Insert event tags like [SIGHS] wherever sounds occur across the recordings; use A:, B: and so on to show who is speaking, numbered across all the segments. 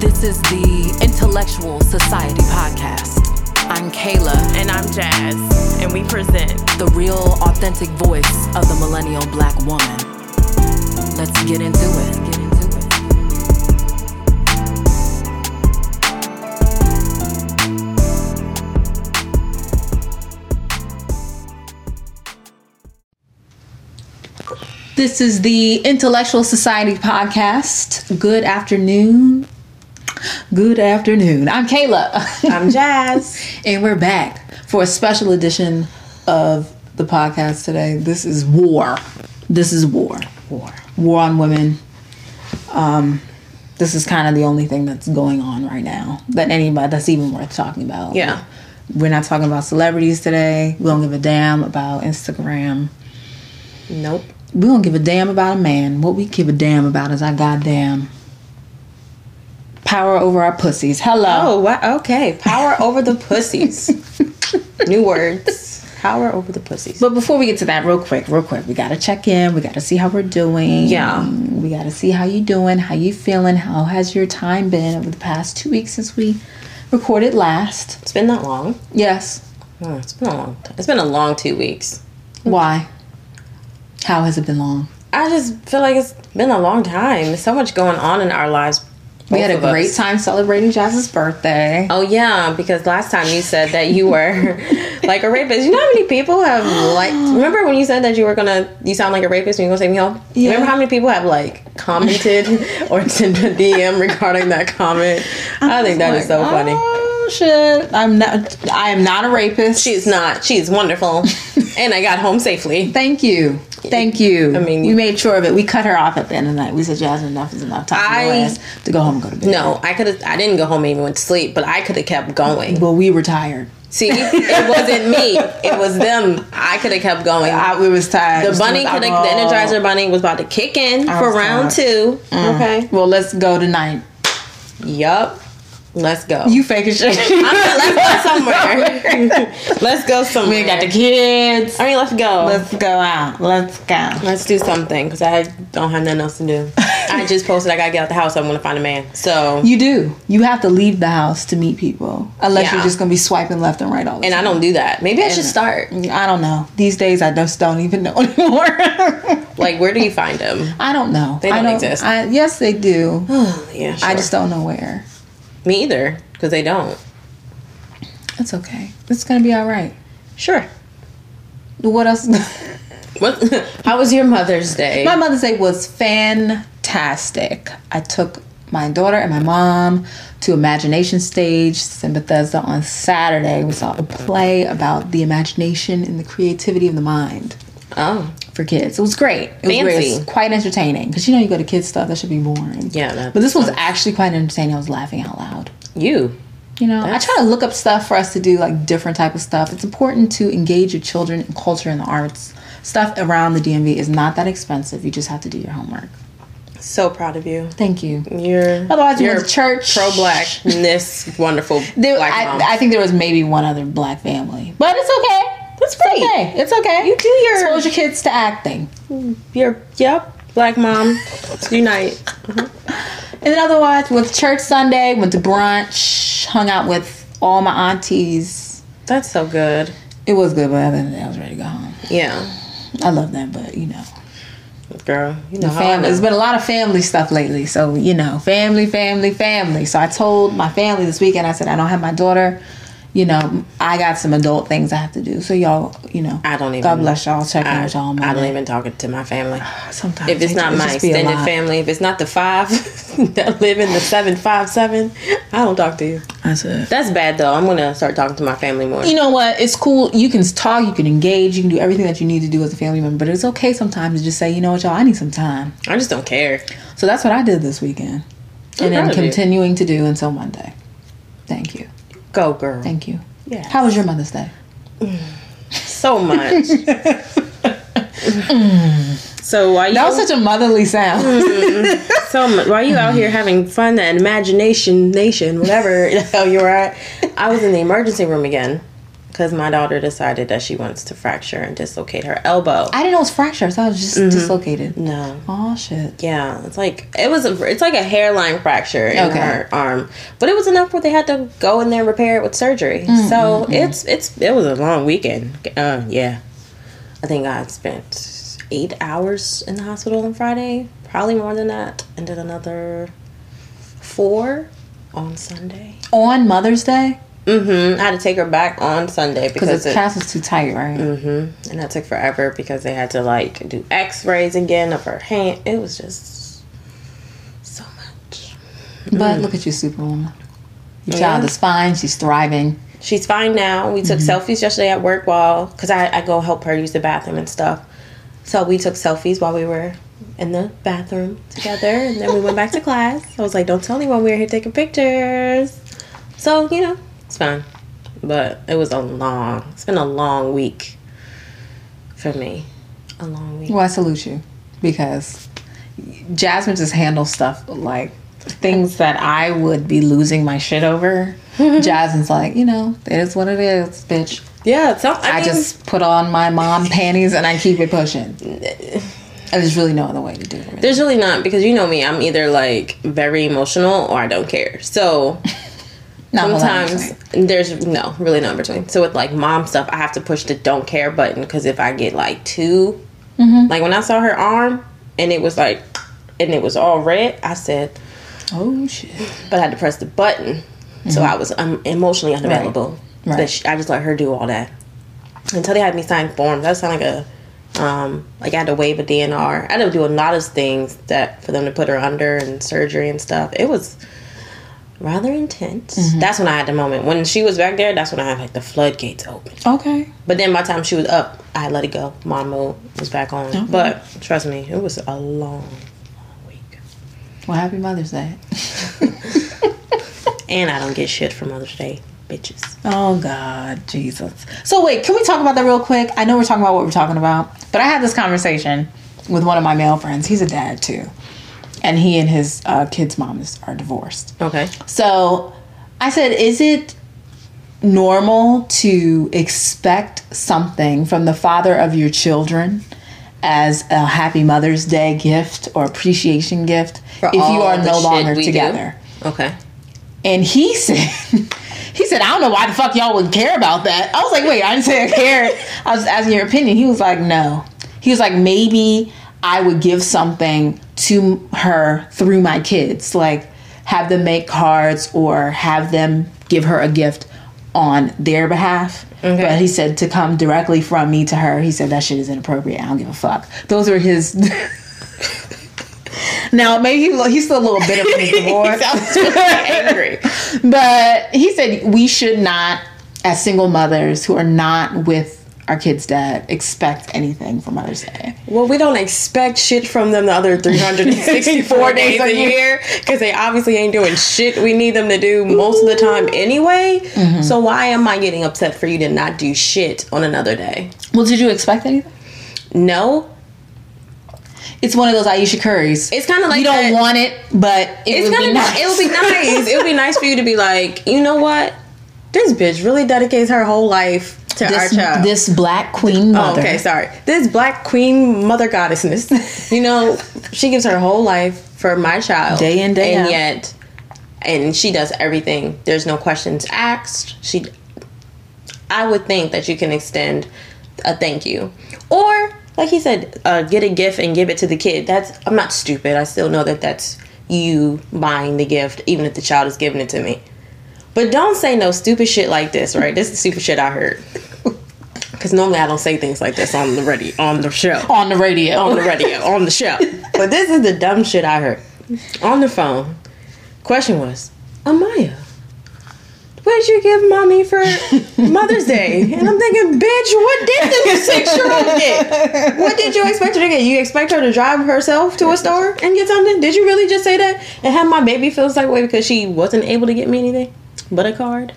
A: This is the Intellectual Society Podcast. I'm Kayla,
B: And I'm Jazz, and we present
A: the real, authentic voice of the millennial black woman. Let's get into it. Get into it.
C: This is the Intellectual Society podcast. Good afternoon. Good afternoon. I'm Kayla, [LAUGHS]
B: I'm Jazz.
C: and we're back for a special edition of the podcast today. This is war. This is war. War. War on women. Um, this is kind of the only thing that's going on right now that anybody that's even worth talking about.
B: Yeah.
C: We're not talking about celebrities today. We don't give a damn about Instagram.
B: nope.
C: We don't give a damn about a man. What we give a damn about is our goddamn power over our pussies. Hello.
B: Oh, wow. okay. Power over the [LAUGHS] pussies. Oh, New words. Power over the pussies.
C: But before we get to that, real quick, real quick, we gotta check in. We gotta see how we're doing.
B: Yeah.
C: We gotta see how you doing, how you feeling, how has your time been over the past two weeks since we recorded last.
B: It's been that long.
C: Yes.
B: Oh, it's been a long. Time. It's been a long two weeks.
C: Why? How has it been long?
B: I just feel like it's been a long time. There's so much going on in our lives.
C: we had
B: both
C: a
B: of us.
C: great time celebrating Jazz's birthday.
B: Oh yeah, because last time you said that you were [LAUGHS] like a rapist. You know how many people have
C: [GASPS]
B: like remember when you said that you were gonna you sound like a rapist and you're gonna take me home?
C: Yeah.
B: Remember how many people have like
C: [LAUGHS]
B: commented or sent a DM regarding that comment? I, think that is so
C: Like,
B: funny.
C: Oh shit. I'm not I am not a rapist.
B: She's not.
C: [LAUGHS]
B: She's wonderful. and I got home safely.
C: Thank you. Thank you.
B: I
C: I
B: mean-
C: mean, we made sure of it. We cut her off at the end of the night. We said, Jasmine, enough is enough. Time
B: I-
C: I, to go home and go to bed.
B: No, I could have I didn't go home and even went to sleep, but I could have kept going.
C: Well, we were tired.
B: See, it wasn't me. It was them. I could have kept going.
C: I, we was tired.
B: the bunny could have, the energizer bunny was about to kick in for
C: was
B: round
C: tired. Mm.
B: two. Okay.
C: Well, let's go tonight.
B: Yup. Let's go.
C: You fake as shit.
B: I'm not- let's go somewhere. let's go
C: [LAUGHS]
B: somewhere.
C: we ain't got the kids.
B: I mean, let's go. Let's,
C: Let's go out. Let's go.
B: do something because I don't have nothing else to do.
C: [LAUGHS]
B: I just posted I gotta get out the house. I'm gonna find a man. So
C: You do. You have to leave the house to meet people, unless
B: Yeah.
C: you're just gonna be swiping left and right all the
B: and I
C: time.
B: don't do that. Maybe I should start.
C: I don't know. These days, I just don't even know [LAUGHS] anymore.
B: Like, where do you find
C: [SIGHS]
B: him?
C: I don't know.
B: They
C: I
B: don't exist.
C: I, yes, they do.
B: yeah,
C: I just don't know where.
B: me either because they don't.
C: That's okay. It's gonna be all right.
B: Sure.
C: What else? [LAUGHS]
B: What? [LAUGHS] How was your Mother's Day?
C: my Mother's Day was fantastic. I took my daughter and my mom to Imagination Stage in Bethesda on Saturday. We saw a play about the imagination and the creativity of the mind
B: oh,
C: for kids. It was great. It was, great. It
B: Fancy.
C: was quite entertaining because you know you go to kids stuff that should be boring.
B: Yeah, that-
C: but this was actually quite entertaining. I was laughing out loud.
B: you.
C: You know, I try to look up stuff for us to do, like different type of stuff. It's important to engage your children in culture and the arts. Stuff around the DMV is not that expensive. You just have to do your homework.
B: So proud of you.
C: Thank you.
B: You're
C: Otherwise, you
B: you're
C: went to church.
B: pro blackness.
C: [LAUGHS]
B: Wonderful
C: There,
B: black
C: I,
B: mom.
C: I think there was maybe one other black family, but it's okay.
B: That's
C: It's
B: great.
C: okay. It's okay.
B: You do your-
C: expose your kids to acting.
B: Your yep, black mom unite.
C: And then otherwise, with church Sunday, went to brunch, hung out with all my aunties.
B: That's so good.
C: It was good, but other than that, I was ready to go home.
B: Yeah,
C: I love them, but you know,
B: girl. You know how I
C: family.
B: know.
C: There's been a lot of family stuff lately, so you know, family, family, family. So I told my family this weekend. I said I don't have my daughter. You know, I got some adult things I have to do. So y'all, you know,
B: I don't even-
C: God bless y'all. Check in
B: I,
C: with y'all. on
B: I don't
C: Monday.
B: even talk it to
C: [SIGHS]
B: my family.
C: Sometimes
B: If it's
C: it
B: not
C: just
B: my
C: be a
B: extended
C: lot.
B: family, if it's not the five [LAUGHS] that live in the seven five seven, I don't talk to you.
C: That's it.
B: That's bad though. I'm gonna start talking to my family more.
C: you know what? It's cool. You can talk, you can engage, you can do everything that you need to do as a family member, but it's okay sometimes to just say, you know what, y'all, I need some time.
B: I just don't care.
C: So that's what I did this weekend.
B: I'm
C: And
B: proud
C: then
B: of you.
C: continuing to do until Monday. Thank you.
B: Go girl.
C: Thank you.
B: Yes.
C: How was your Mother's Day?
B: so
C: [LAUGHS]
B: much. [LAUGHS] so why you
C: That was such a motherly
B: [LAUGHS]
C: sound.
B: so much. While you out here having fun and [LAUGHS] imagination nation, whatever the hell you were at, I was in the emergency room again. 'Cause because my daughter decided that she wants to fracture and dislocate her elbow.
C: I didn't know it was fractured. So I was just
B: Mm-hmm.
C: dislocated.
B: no.
C: Oh shit.
B: Yeah, it's like it was. A, it's like a hairline fracture in
C: Okay.
B: her arm, but it was enough where they had to go in there and repair it with surgery.
C: Mm,
B: so it's it's it was a long weekend. Uh, yeah, I think I spent eight hours in the hospital on Friday, probably more than that, and did another four on Sunday.
C: On Mother's Day,
B: hmm I had to take her back on Sunday
C: because
B: because
C: the
B: it, Mm-hmm.
C: cast was too tight, right?
B: and that took forever because they had to like do X-rays again of her hand. It was just so much.
C: But look at you, Superwoman. Your
B: Mm. Oh, Yeah.
C: child is fine. She's thriving.
B: She's fine now. We took selfies yesterday at work while, because I, I go help her use the bathroom and stuff. So we took selfies while we were in the bathroom together, and then we went back to class. I was like, don't tell anyone we were here taking pictures. So, you know, it's fine. But it was a long, it's been a long week for me. A long week.
C: Well, I salute you because Jasmine just handles stuff like things that I would be losing my shit
B: [LAUGHS]
C: over. Jasmine's like, you know, it is what it is, bitch.
B: Yeah, so,
C: I,
B: mean-
C: just put on my mom panties and I keep it
B: [LAUGHS]
C: pushing. There's really no other way to do it. really.
B: There's really not because you know me. I'm either like very emotional or I don't care. So
C: Not a lot of
B: sometimes there's no really no in between. So with like mom stuff, I have to push the don't care button because if I get like 2 like when I saw her arm and it was like and it was all red, I said,
C: Oh shit.
B: but I had to press the button. So I was um, emotionally unavailable.
C: Mm-hmm. Right.
B: But she, I just let her do all that until they had me sign forms. That sounded like a um, like I had to waive a DNR. I had to do a lot of things that for them to put her under and surgery and stuff. It was rather intense.
C: Mm-hmm.
B: That's when I had the moment when she was back there. That's when I had like the floodgates open.
C: Okay.
B: But then by the time she was up, I let it go. My mood was back on. But trust me, it was a long, long week.
C: Well, happy Mother's Day.
B: And I don't get shit from Mother's Day, bitches.
C: Oh God, Jesus. So wait, can we talk about that real quick? I know we're talking about what we're talking about, but I had this conversation with one of my male friends. He's a dad too, and he and his uh, kid's mom is, are divorced.
B: Okay.
C: So I said, is it normal to expect something from the father of your children as a happy Mother's Day gift or appreciation gift if you
B: all
C: are
B: the
C: no
B: shit
C: longer
B: we do?
C: together?
B: Okay.
C: And he [LAUGHS] said, he said, I don't know why the fuck y'all would care about that. I was like, wait, I didn't say I cared. I was asking your opinion. He was like, no. He was like, maybe I would give something to her through my kids, like have them make cards or have them give her a gift on their behalf. But he said to come directly from me to her. He said that shit is inappropriate. I don't give a fuck. Those were his. [LAUGHS] now maybe he, he's still a little bitter from his divorce.
B: Angry.
C: But he said we should not, as single mothers who are not with our kids' dad, expect anything for Mother's Day.
B: Well, we don't expect shit from them the other [LAUGHS] 364 days a year because they obviously ain't doing shit we need them to do most of the time anyway. So why am I getting upset for you to not do shit on another day?
C: Well, did you expect anything?
B: No,
C: It's one of those Aisha Currys.
B: it's kind of like
C: you don't
B: that-
C: want it, but it
B: It's
C: would
B: kind
C: be
B: of
C: nice.
B: nice. it would [LAUGHS] be nice. it would be nice for you to be like, you know what? This bitch really dedicates her whole life to our
C: this,
B: child.
C: this black queen
B: Oh,
C: mother.
B: okay, sorry. This black queen mother goddessness. [LAUGHS] You know, she gives her whole life for my child.
C: Day in, day
B: And
C: out.
B: yet and she does everything. There's no questions asked. She I would think that you can extend a thank you. Or like he said, uh, get a gift and give it to the kid. That's I'm not stupid. I still know that that's you buying the gift even if the child is giving it to me. But don't say no stupid shit like this, right? This is stupid shit I heard. [LAUGHS] Because normally I don't say things like this on the radio, on the show,
C: On the radio.
B: on the radio, on the show. But this is the dumb shit I heard on the phone. Question was, Amaya, what did you give mommy for Mother's Day? And I'm thinking, bitch, what did this six year old get? What did you expect her to get? You expect her to drive herself to a store and get something? Did you really just say that? And have my baby feel like way because she wasn't able to get me anything but a card?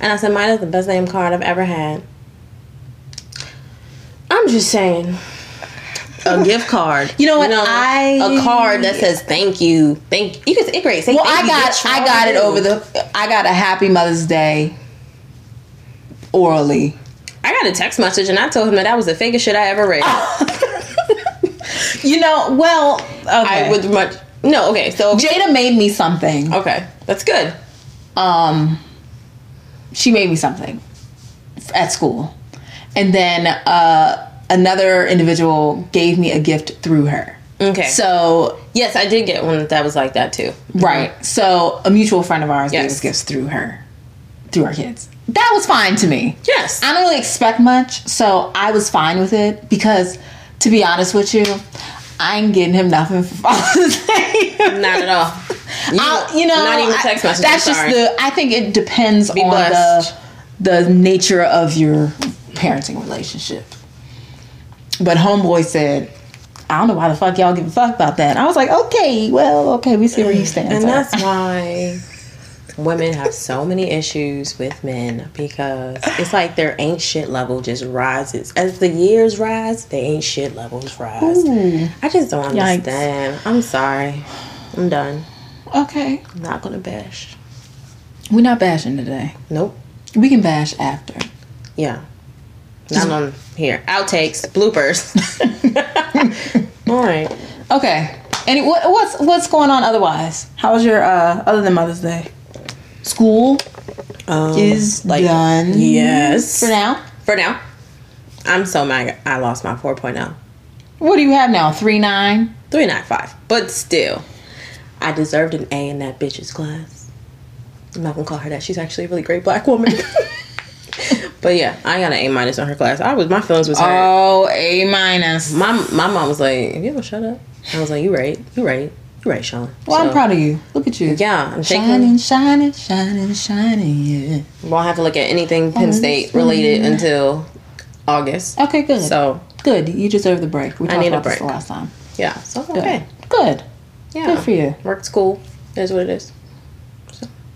B: And I said, mine is the best damn card I've ever had. I'm just saying. A gift [LAUGHS] card.
C: You know what? I-
B: a card that says thank you. Thank you. Can, it great. Say
C: Well,
B: thank
C: I
B: you,
C: got
B: bitch, for
C: I
B: all
C: got
B: you
C: it
B: do.
C: over the I got a Happy Mother's Day orally.
B: I got a text message and I told him that that was the fakest shit I ever read.
C: You know, well, okay.
B: I would much. No, okay, so.
C: Jada made me something.
B: Okay, that's good.
C: um she made me something f- at school and then uh another individual gave me a gift through her
B: Okay.
C: so
B: yes, I did get one that was like that too.
C: right so a mutual friend of ours gave
B: Mm-hmm. Yes.
C: us gifts through her through our kids that was fine to me
B: Yes.
C: i don't really expect much so i was fine with it because to be honest with you i ain't getting him nothing for [LAUGHS] father's day
B: Not at all.
C: I'll- you know,
B: not even
C: [LAUGHS] I-
B: text messages.
C: That's
B: sorry.
C: just the. I think it depends on
B: blessed.
C: the the nature of your parenting relationship. But homeboy said, "I don't know why the fuck y'all give a fuck about that." I was like, "Okay, well, okay, we see where you stand."
B: And
C: sir."
B: that's why women have so many issues with men because it's like their ain't shit level just rises. As the years rise, the ain't shit levels rise. I just don't
C: Yikes.
B: understand. I'm sorry. I'm done.
C: okay.
B: I'm not gonna bash.
C: We're not bashing today.
B: Nope.
C: We can bash after.
B: Yeah. Not on here. Outtakes, bloopers. [LAUGHS] All right.
C: [LAUGHS] Okay. Any what, what's what's going on otherwise? How was your uh, other than Mother's Day? School
B: Um,
C: is
B: like-
C: done
B: Yes.
C: for now.
B: For now. I'm so mad I lost my oh. 4.0.
C: What do you have now? Three nine.
B: 395. But still, I deserved an A in that bitch's class. I'm not gonna call her that. She's actually a really great black woman. [LAUGHS] but yeah, I got an A minus on her class. I was my feelings was hurt.
C: Oh, a minus.
B: my my mom was like, "If you ever shut up," I was like, "You right, you right, you right, Sean."
C: Well, I'm
B: So,
C: proud of you. Look at you.
B: Yeah, I'm
C: Shining,
B: shaking.
C: shining, shining, shining. Yeah.
B: Won't have to look at anything Penn
C: Mm-hmm.
B: State related until August.
C: Okay, good.
B: So
C: good. You deserve the break. We talked
B: need a
C: about this the
B: break.
C: last time.
B: yeah, so I'm
C: Good.
B: okay.
C: Good.
B: Yeah,
C: Good for you.
B: Work school is what it is.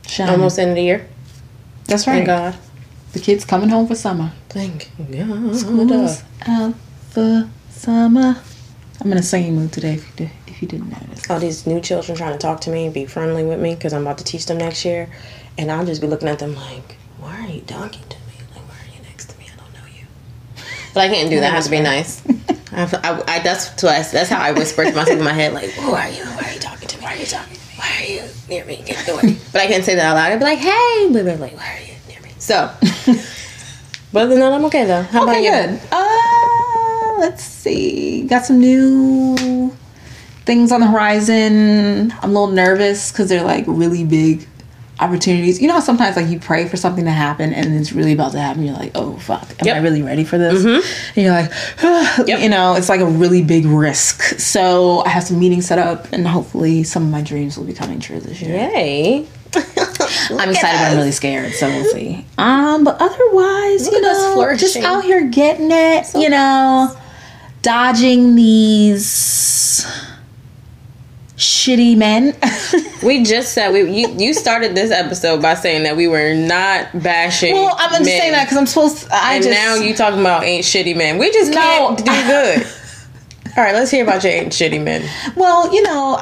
C: Shining.
B: Almost end of the year.
C: That's Um, right.
B: Thank God.
C: The kids coming home for summer.
B: Thank God.
C: Who's out for summer? I'm in a singing mood today. If you did, if you didn't notice.
B: all these new children trying to talk to me and be friendly with me because I'm about to teach them next year, and I'll just be looking at them like, "Why are you talking to me? Like, why are you next to me? I don't know you." But I can't do that. I have to be nice. I, have to, I, I that's what I, that's how I whisper to myself in my head, like, "Who are you? Why are you talking to me? Why are you talking to me? Why are you near me? Get away!" But I can't say that out loud. I'd be like, "Hey," but they're like, "Why are you near me?"
C: [LAUGHS]
B: So, but other than that, I'm okay though. How
C: Okay,
B: about you?
C: good. Uh, let's see. Got some new things on the horizon. I'm a little nervous because they're like really big opportunities. You know how sometimes like you pray for something to happen and it's really about to happen. You're like, oh fuck, am I
B: Yep.
C: really ready for this? And you're like, [SIGHS]
B: Yep.
C: you know, it's like a really big risk. So I have some meetings set up and hopefully some of my dreams will be coming true this year. [LAUGHS]
B: Yay!
C: I'm excited, but I'm really scared. So we'll see. Um, but otherwise, you
B: at us
C: know, just
B: flourishing.
C: out here getting it. you know, dodging these shitty men. [LAUGHS]
B: We just said we you, you started this episode by saying that we were not bashing.
C: well, I'm just
B: men.
C: saying that because I'm supposed. To, I
B: and
C: just
B: now you talking about ain't shitty men. We just
C: No.
B: can't
C: [LAUGHS]
B: do good. All right, let's hear about your ain't shitty men.
C: Well, you know,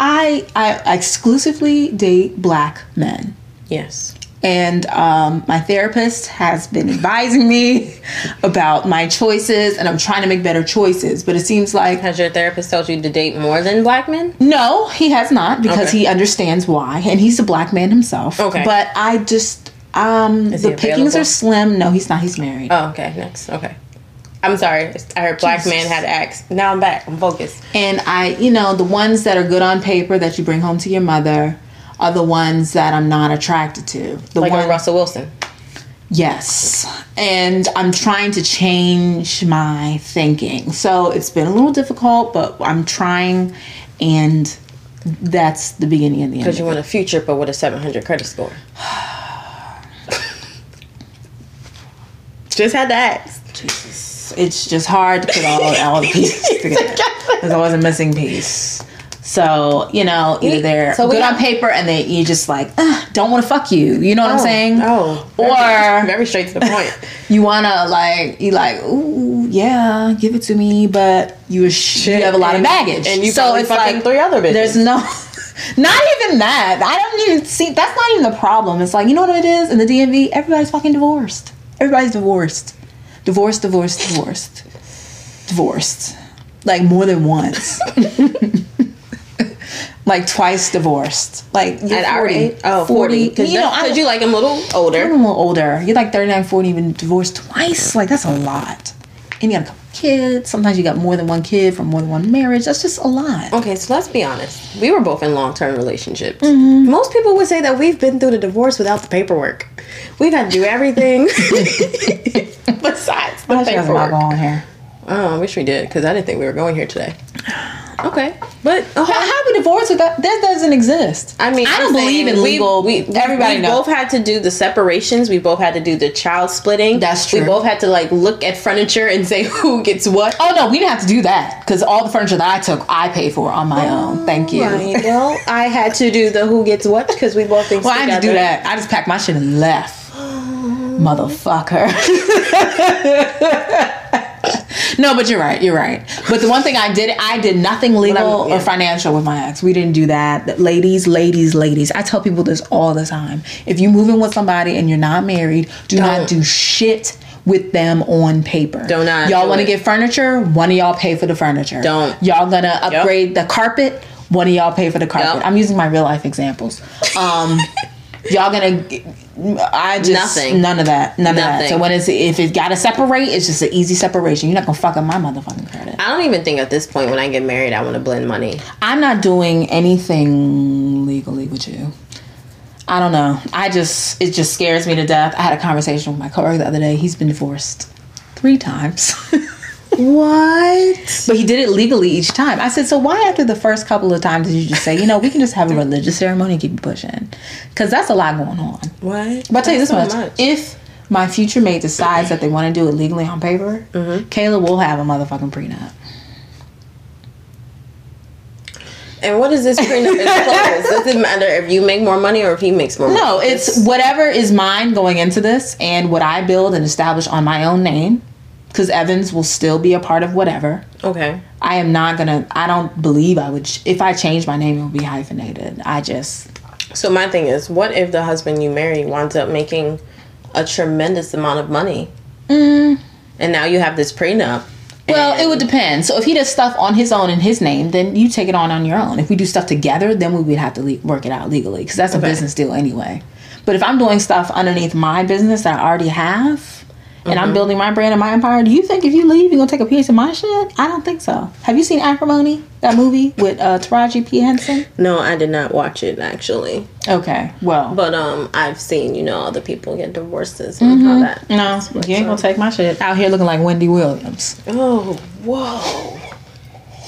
C: I I exclusively date black men.
B: Yes.
C: and um, my therapist has been advising me [LAUGHS] about my choices and i'm trying to make better choices but it seems like
B: Has your therapist told you to date more than black men?
C: no he has not because
B: Okay.
C: he understands why and he's a black man himself
B: Okay.
C: but i just um
B: Is
C: the
B: he
C: pickings
B: available?
C: are slim no he's not he's married
B: Oh, okay. Next. Okay. I'm sorry. I heard black man had axe. Now I'm back. I'm focused.
C: and i you know the ones that are good on paper that you bring home to your mother are the ones that i'm not attracted to the
B: Like a
C: ones
B: Russell Wilson.
C: Yes. And I'm trying to change my thinking. So it's been a little difficult, but I'm trying and that's the beginning and the end.
B: Because you want a future, but with a 700 credit
C: [SIGHS]
B: score. just had to ask.
C: It's just hard to put all, all the
B: [LAUGHS]
C: pieces together. There's always a missing piece. So, you know, either they're
B: so we
C: good on
B: have-
C: paper and then you just like, "Ugh, don't want to fuck you. You know what I'm saying?
B: Oh.
C: Or-
B: very straight to the point.
C: you wanna like you like ooh yeah give it to me but you a sh- you
B: Shit,
C: have a lot of
B: and-
C: baggage
B: and you probably fucking three other bitches.
C: there's no [LAUGHS] Not even that. I don't even see. That's not even the problem. It's like you know what it is in the DMV. Everybody's fucking divorced. Everybody's divorced. Divorced, divorced, divorced, divorced. Like more than
B: [LAUGHS]
C: once. like twice divorced. Like you're
B: [LAUGHS] At our age? Oh, 40. Because
C: You know, I'm
B: you like I'm a little
C: you're
B: older.
C: a little older. You're like 39, 40, even divorced twice. Like, that's a lot. And you got a couple kids. Sometimes you got more than one kid from more than one marriage. That's just a lot.
B: Okay, so let's be honest. We were both in long term relationships. Most people would say that we've been through the divorce without the paperwork. We've had to do everything [LAUGHS] besides the
C: I should have not
B: paperwork.
C: going here.
B: Oh, I wish we did because I didn't think we were going here today. Okay, but
C: How,
B: [LAUGHS] okay.
C: how we divorced without that doesn't exist.
B: I mean,
C: I
B: I'm
C: don't believe
B: saying
C: in
B: we-
C: legal.
B: We,
C: We, everybody
B: we
C: knows.
B: both had to do the separations. We both had to do the child splitting.
C: That's
B: We
C: true.
B: both had to like look at furniture and say [LAUGHS] who gets what.
C: oh no, we didn't have to do that because all the furniture that I took, I paid for on my own. Thank you.
B: Right, Oh well,
C: [LAUGHS]
B: I had to do the who gets what because we both think.
C: Well, I didn't do that. I just packed my shit and
B: [GASPS]
C: left. Motherfucker. [LAUGHS] no, but you're right. You're right. But the one thing I did, I did nothing legal
B: Well, yeah.
C: or financial with my ex. We didn't do that. That- Ladies, ladies, ladies. I tell people this all the time. If you move in with somebody and you're not married, do
B: Don't.
C: not do shit with them on paper.
B: Do not
C: Y'all
B: do
C: want
B: it.
C: to get furniture? One of y'all pay for the furniture.
B: Don't.
C: Y'all gonna upgrade the carpet? One of y'all pay for the carpet.
B: Yep.
C: I'm using my real life
B: [LAUGHS]
C: examples. Um, y'all gonna g- i just
B: Nothing.
C: none of that none of that
B: Nothing.
C: so when it's if it gotta separate it's just an easy separation you're not gonna fuck up my motherfucking credit
B: I don't even think at this point when I get married I want to blend money.
C: i'm not doing anything legally with you i don't know i just it just scares me to death i had a conversation with my coworker the other day he's been divorced three times [LAUGHS]
B: What?
C: But he did it legally each time. I said, so why after the first couple of times did you just say, you know, we can just have a religious ceremony and keep it pushing? Because that's a lot going on.
B: What?
C: But I'll tell you this
B: That's
C: much.
B: so
C: If my future mate decides that they want to do it legally on paper, Kayla will have a motherfucking prenup.
B: And what is this prenup? [LAUGHS] It's closed. Does it matter if you make more money or if he makes more money?
C: No, it's whatever is mine going into this and what I build and establish on my own name, because Evans will still be a part of whatever.
B: Okay.
C: I am not gonna. I don't believe I would. ch- If I change my name, it would be hyphenated. I just
B: So my thing is, what if the husband you marry winds up making a tremendous amount of money?
C: Mm-hmm.
B: And now you have this prenup.
C: Well, it would depend. So if he does stuff on his own in his name, then you take it on on your own. If we do stuff together, then we would have to le- work it out legally because that's a
B: Okay.
C: business deal anyway. But if I'm doing stuff underneath my business that I already have, and I'm building my brand and my empire, do you think if you leave, you're gonna take a piece of my shit? I don't think so. Have you seen Acrimony? That movie with uh, Taraji P Henson?
B: No, I did not watch it actually,
C: Okay, well,
B: but um, I've seen you know other people get divorces and
C: Mm-hmm.
B: all that.
C: no, you ain't gonna take my shit out here looking like Wendy Williams.
B: Oh, whoa,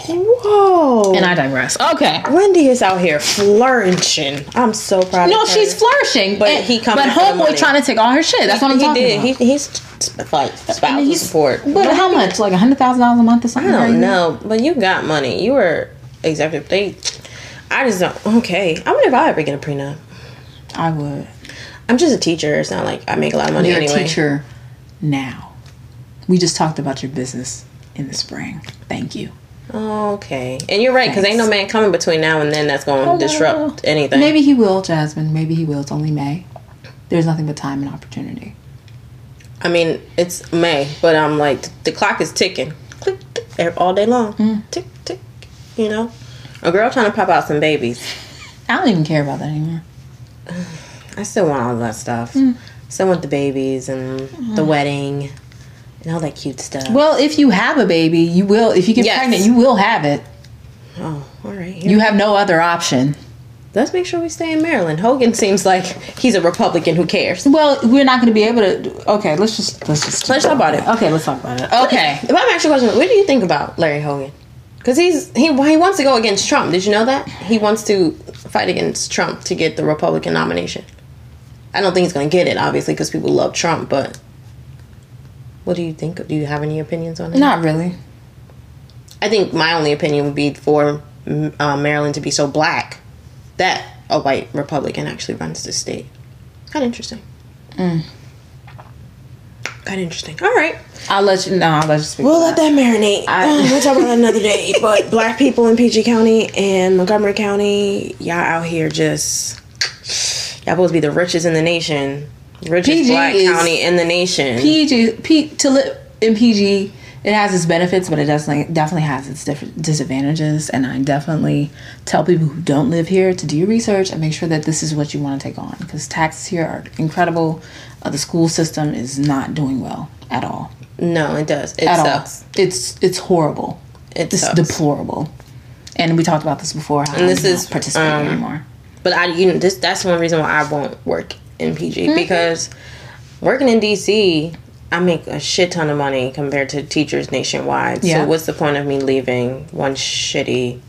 B: whoa!
C: And I digress. Okay.
B: Wendy is out here flourishing. I'm so proud.
C: No,
B: of her.
C: she's flourishing,
B: But
C: but
B: he
C: he
B: coming
C: but
B: for the money.
C: homeboy trying to take all her shit. That's what I'm
B: he
C: talking
B: did.
C: about.
B: He, he's sp- like spousal
C: And he's-
B: support.
C: But how much? Like a hundred thousand dollars a month or
B: I
C: something?
B: don't
C: crazy?
B: know, but you got money. You were executive. They, I just don't. Okay, I wonder if I ever get a prenup.
C: I would.
B: I'm just a teacher. It's not like I make a lot of money
C: You're
B: anyway.
C: a teacher now. We just talked about your business in the spring. Thank you.
B: Okay, and you're right because ain't no
C: Thanks.
B: man coming between now and then that's going to disrupt anything.
C: Maybe he will, Jasmine. Maybe he will. It's only May. There's nothing but time and opportunity.
B: I mean, it's May, but I'm like th- the clock is ticking, click, tick, ev- all day long,
C: Mm.
B: tick tick. You know, a girl trying to pop out some babies.
C: I don't even care about that anymore.
B: I still want all that stuff.
C: Mm.
B: Still want the babies and the wedding and all that cute stuff.
C: Well, if you have a baby, you will. If you get
B: Yes.
C: pregnant, you will have it.
B: oh, all right. here
C: You have no other option.
B: Let's make sure we stay in Maryland. Hogan seems like he's a Republican who cares.
C: Well, we're not going to be able to. Okay, let's just let's just
B: Let's talk about it.
C: Okay, let's talk about it. Okay.
B: If I'm actually questioning, what do you think about Larry Hogan? Because he's he he wants to go against Trump. Did you know that he wants to fight against Trump to get the Republican nomination? I don't think he's going to get it, obviously, because people love Trump. But what do you think? Do you have any opinions on
C: [LAUGHS]
B: it?
C: Not really.
B: I think my only opinion would be for mm, uh, Maryland to be so black that a white
C: Mm.
B: Republican actually runs the state. Kind of interesting. Got interesting. All right.
C: I'll let you. No, I'll let you speak.
B: We'll
C: to
B: let that marinate.
C: I-
B: Um, we'll talk about it another [LAUGHS] day. But black people in PG County and Montgomery County, y'all out here just y'all supposed to be the richest in the nation, richest
C: PG
B: black
C: is-
B: county in the nation.
C: PG P, to live in PG, it has its benefits, but it definitely definitely has its different disadvantages. And I definitely tell people who don't live here to do your research and make sure that this is what you want to take on because taxes here are incredible. Uh, the school system is not doing well at all.
B: no, it does. It
C: At
B: sucks.
C: all, it's it's horrible.
B: It
C: It's
B: sucks.
C: deplorable. And we talked about this before. How
B: And this
C: I'm not
B: is,
C: participating
B: um,
C: anymore.
B: But I, you know, this that's one reason why I won't work in PG
C: Mm-hmm.
B: because working in DC, I make a shit ton of money compared to teachers nationwide.
C: Yeah.
B: So what's the point of me leaving one shitty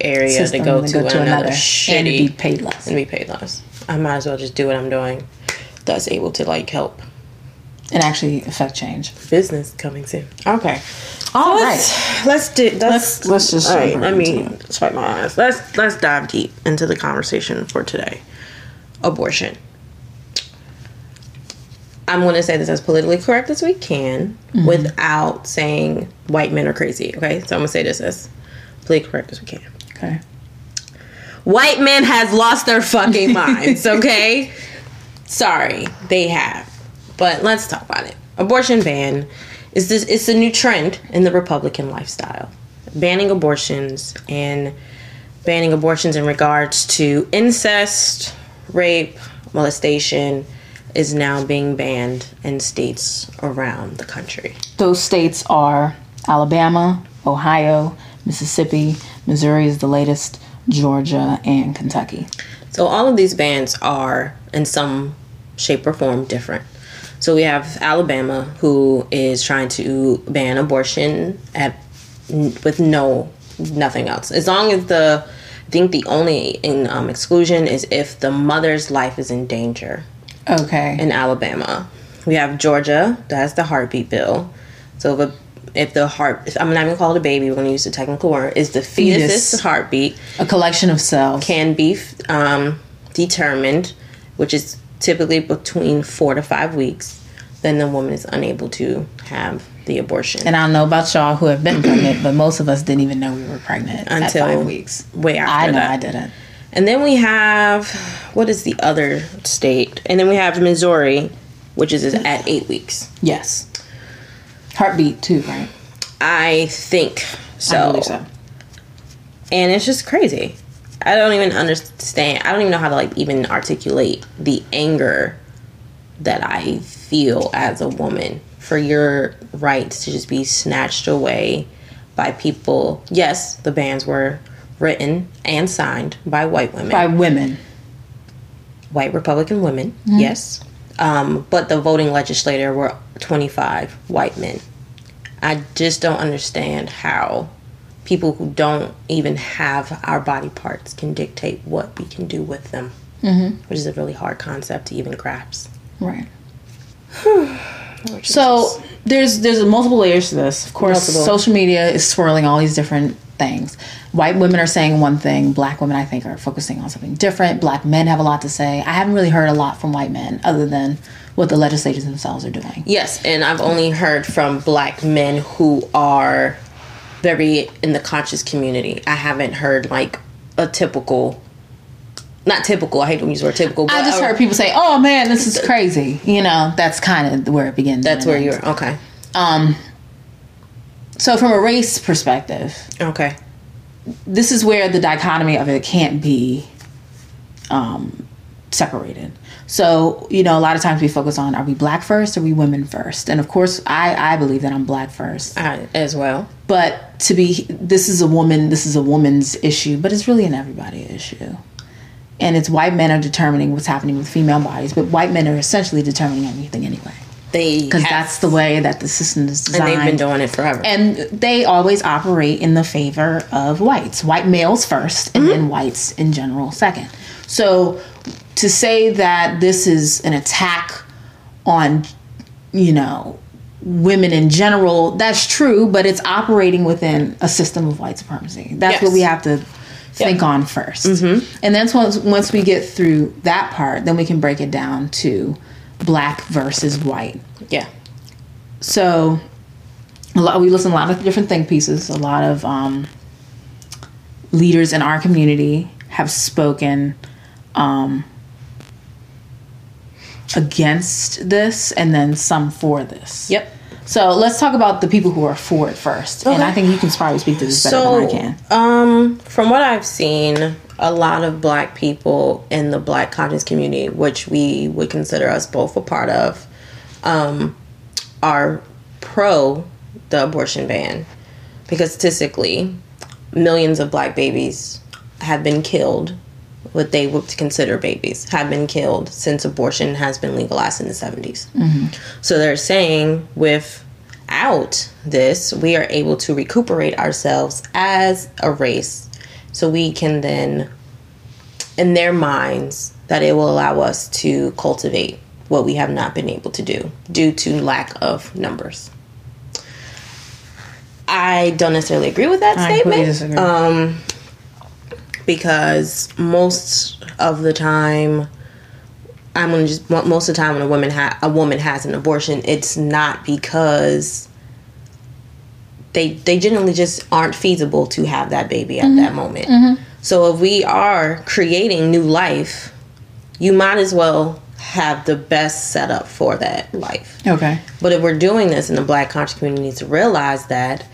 B: area
C: System
B: to go
C: and
B: to, another, shitty
C: and be paid less.
B: and be paid less? I might as well just do what I'm doing. That's able to like help
C: and actually affect change.
B: business coming soon. Okay. All
C: right.
B: let's, Let's do. Let's
C: let's just
B: All right.
C: jump
B: Let
C: right
B: me
C: into
B: swipe my eyes. Let's let's dive deep into the conversation for today. Abortion. I'm going to say this as politically correct as we can without saying white men are crazy. Okay, so I'm going to say this as politically correct as we can.
C: Okay.
B: White men has lost their fucking minds, okay? Sorry, they have. But let's talk about it. Abortion ban is this it's a new trend in the Republican lifestyle. Banning abortions and banning abortions in regards to incest, rape, molestation is now being banned in states around the country.
C: Those states are Alabama, Ohio, Mississippi, Missouri is the latest, Georgia, and Kentucky.
B: So all of these bands are in some shape or form different. So we have Alabama who is trying to ban abortion at with no nothing else. As long as the I think the only in, um, exclusion is if the mother's life is in danger
C: Okay.
B: in Alabama. We have Georgia, that's the heartbeat bill. So if, a, if the heart, if, I'm not even call it a baby, we're going to use the technical word, is the fetus,
C: Fetus.
B: the heartbeat
C: a collection of cells.
B: can be um, determined, which is typically between four to five weeks, then the woman is unable to have the abortion
C: and I don't know about y'all who have been pregnant, but most of us didn't even know we were pregnant
B: Until
C: at five weeks.
B: way after
C: I know
B: that.
C: I didn't.
B: And then we have what is the other state? And then we have Missouri, which is at eight weeks.
C: Yes. Heartbeat too, right?
B: I think so.
C: I believe so.
B: and it's just crazy. I don't even understand. I don't even know how to like even articulate the anger that I feel as a woman for your rights to just be snatched away by people. Yes, the bans were written and signed by white women,
C: By women.
B: white Republican women. Mm-hmm. Yes, um, but the voting legislator were twenty-five white men. I just don't understand how people who don't even have our body parts can dictate what we can do with them, mm-hmm. which is a really hard concept to even grasp.
C: Right. [SIGHS] so there's there's multiple layers to this. Of course,
B: Multiple.
C: social media is swirling all these different things. White women are saying one thing. Black women, I think, are focusing on something different. Black men have a lot to say. I haven't really heard a lot from white men other than what the legislators themselves are doing.
B: Yes, and I've only heard from black men who are very in the conscious community. I haven't heard like a typical, not typical. I hate to use the word typical. But
C: I just
B: a-
C: heard people say, "Oh man, this is crazy." You know, that's kind of where it begins.
B: That's where you're okay.
C: Um. So from a race perspective,
B: Okay.
C: this is where the dichotomy of it can't be um, separated. So, you know, a lot of times we focus on are we black first or are we women first? And of course, I, I believe that I'm black first.
B: I, as well.
C: But to be, this is a woman, this is a woman's issue, but it's really an everybody issue. And it's white men are determining what's happening with female bodies, but white men are essentially determining everything anyway.
B: They
C: Because
B: have-
C: that's the way that the system is
B: and
C: designed
B: they've been doing it forever.
C: and they always operate in the favor of whites white males first and then whites in general second so to say that this is an attack on you know women in general that's true but it's operating within a system of white supremacy that's
B: Yes.
C: what we have to think on 1st and that's once once we get through that part then we can break it down to black versus white
B: yeah.
C: so a lot, we listen to a lot of different think pieces. A lot of um, leaders in our community have spoken um, against this, and then some for this.
B: Yep.
C: So let's talk about the people who are for it first, and I
B: Okay.
C: think you can probably speak to this better
B: so,
C: than I can.
B: Um, from what I've seen, a lot of black people in the black conscious community, which we would consider us both a part of, um, are pro the abortion ban because statistically, millions of black babies have been killed. What they would consider babies have been killed since abortion has been legalized in the 70s. So they're saying without this, we are able to recuperate ourselves as a race. So we can then, in their minds, that it will allow us to cultivate what we have not been able to do due to lack of numbers. I don't necessarily agree with that
C: I completely disagree.
B: statement Uh, because most of the time I'm gonna just mo- most of the time when a woman ha- a woman has an abortion, it's not because they they generally just aren't feasible to have that baby at that moment. So if we are creating new life, you might as well have the best setup for that life.
C: okay.
B: But if we're doing this in the black conscious community to realize that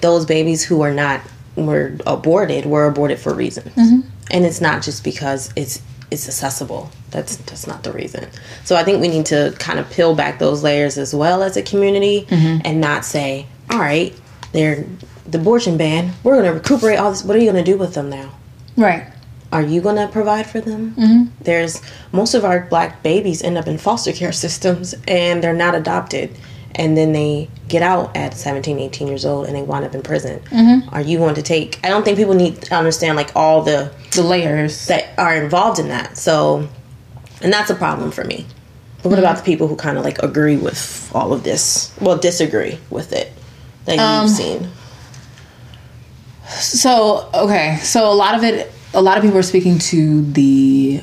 B: those babies who are not were aborted were aborted for reasons. And it's not just because it's it's accessible. That's that's not the reason. So I think we need to kind of peel back those layers as well as a community and not say, All right, they're the abortion ban, we're gonna recuperate all this what are you gonna do with them now?
C: Right.
B: are you going to provide for them? mm There's most of our black babies end up in foster care systems and they're not adopted. And then they get out at 17, 18 years old and they wind up in prison. Are you going to take? I don't think people need to understand like all the
C: The layers.
B: that are involved in that. So, and that's a problem for me. But what about the people who kind of like agree with all of this? Well, disagree with it that you've seen.
C: So okay, so a lot of it, a lot of people are speaking to the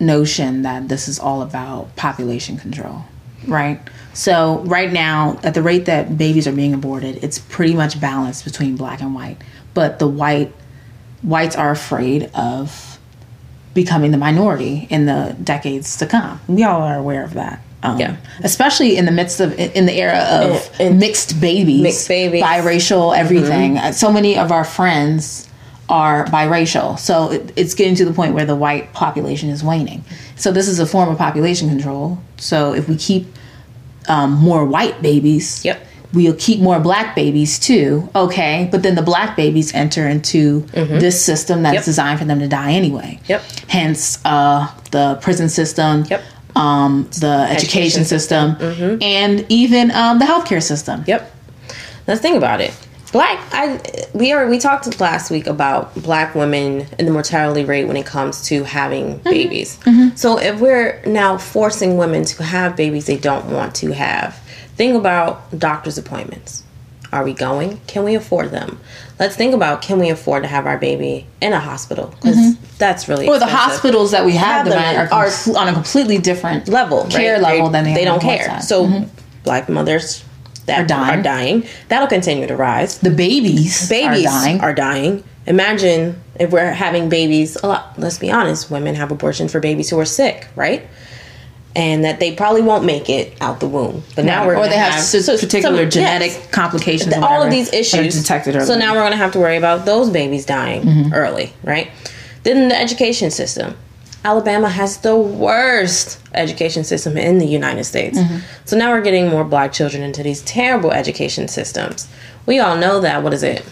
C: notion that this is all about population control, right? So right now, at the rate that babies are being aborted, it's pretty much balanced between black and white. But the white whites are afraid of becoming the minority in the decades to come. We all are aware of that. Um,
B: Yeah.
C: Especially in the midst of in the era of
B: In- in-
C: mixed babies,
B: Mixed babies.
C: biracial, everything.
B: Mm-hmm.
C: Uh, So many of our friends are biracial. So it, it's getting to the point where the white population is waning. So this is a form of population control. So if we keep um, more white babies,
B: Yep.
C: we'll keep more black babies too. Okay, but then the black babies enter into this system that's
B: Mm-hmm. Yep.
C: designed for them to die anyway.
B: Yep.
C: Hence uh, the prison system.
B: Yep.
C: Um, the education,
B: Education Mm-hmm.
C: system, and even um, the healthcare system.
B: Yep. Let's think about it. Black, I we are we talked last week about black women and the mortality rate when it comes to having
C: Mm-hmm.
B: babies. So if we're now forcing women to have babies they don't want to have, think about doctor's appointments. Are we going? Can we afford them? Let's think about can we afford to have our baby in a hospital because that's really
C: Mm-hmm. Or the
B: expensive
C: hospitals that we have,
B: Have
C: them
B: them
C: at
B: in
C: are,
B: are-
C: compl- on a completely different
B: level
C: care
B: right?
C: level than they,
B: they
C: are on
B: don't
C: the
B: care.
C: white side.
B: So black mothers
C: Mm-hmm.
B: that
C: Are dying.
B: are dying that'll continue to rise.
C: the babies,
B: babies
C: are dying.
B: Imagine if we're having babies a lot. Let's be honest, women have abortion for babies who are sick, right? And that they probably won't make it out the womb. But now we're
C: or
B: gonna
C: they have, s-
B: so
C: particular
B: some-
C: genetic
B: yes,
C: complications. or
B: all
C: whatever
B: of these
C: that are
B: issues
C: detected early. Mm-hmm.
B: So now we're gonna have to worry about those babies dying early, right? Then the education system. Alabama has the worst education system in the United States.
C: Mm-hmm.
B: So now we're getting more black children into these terrible education systems. We all know that. What is it?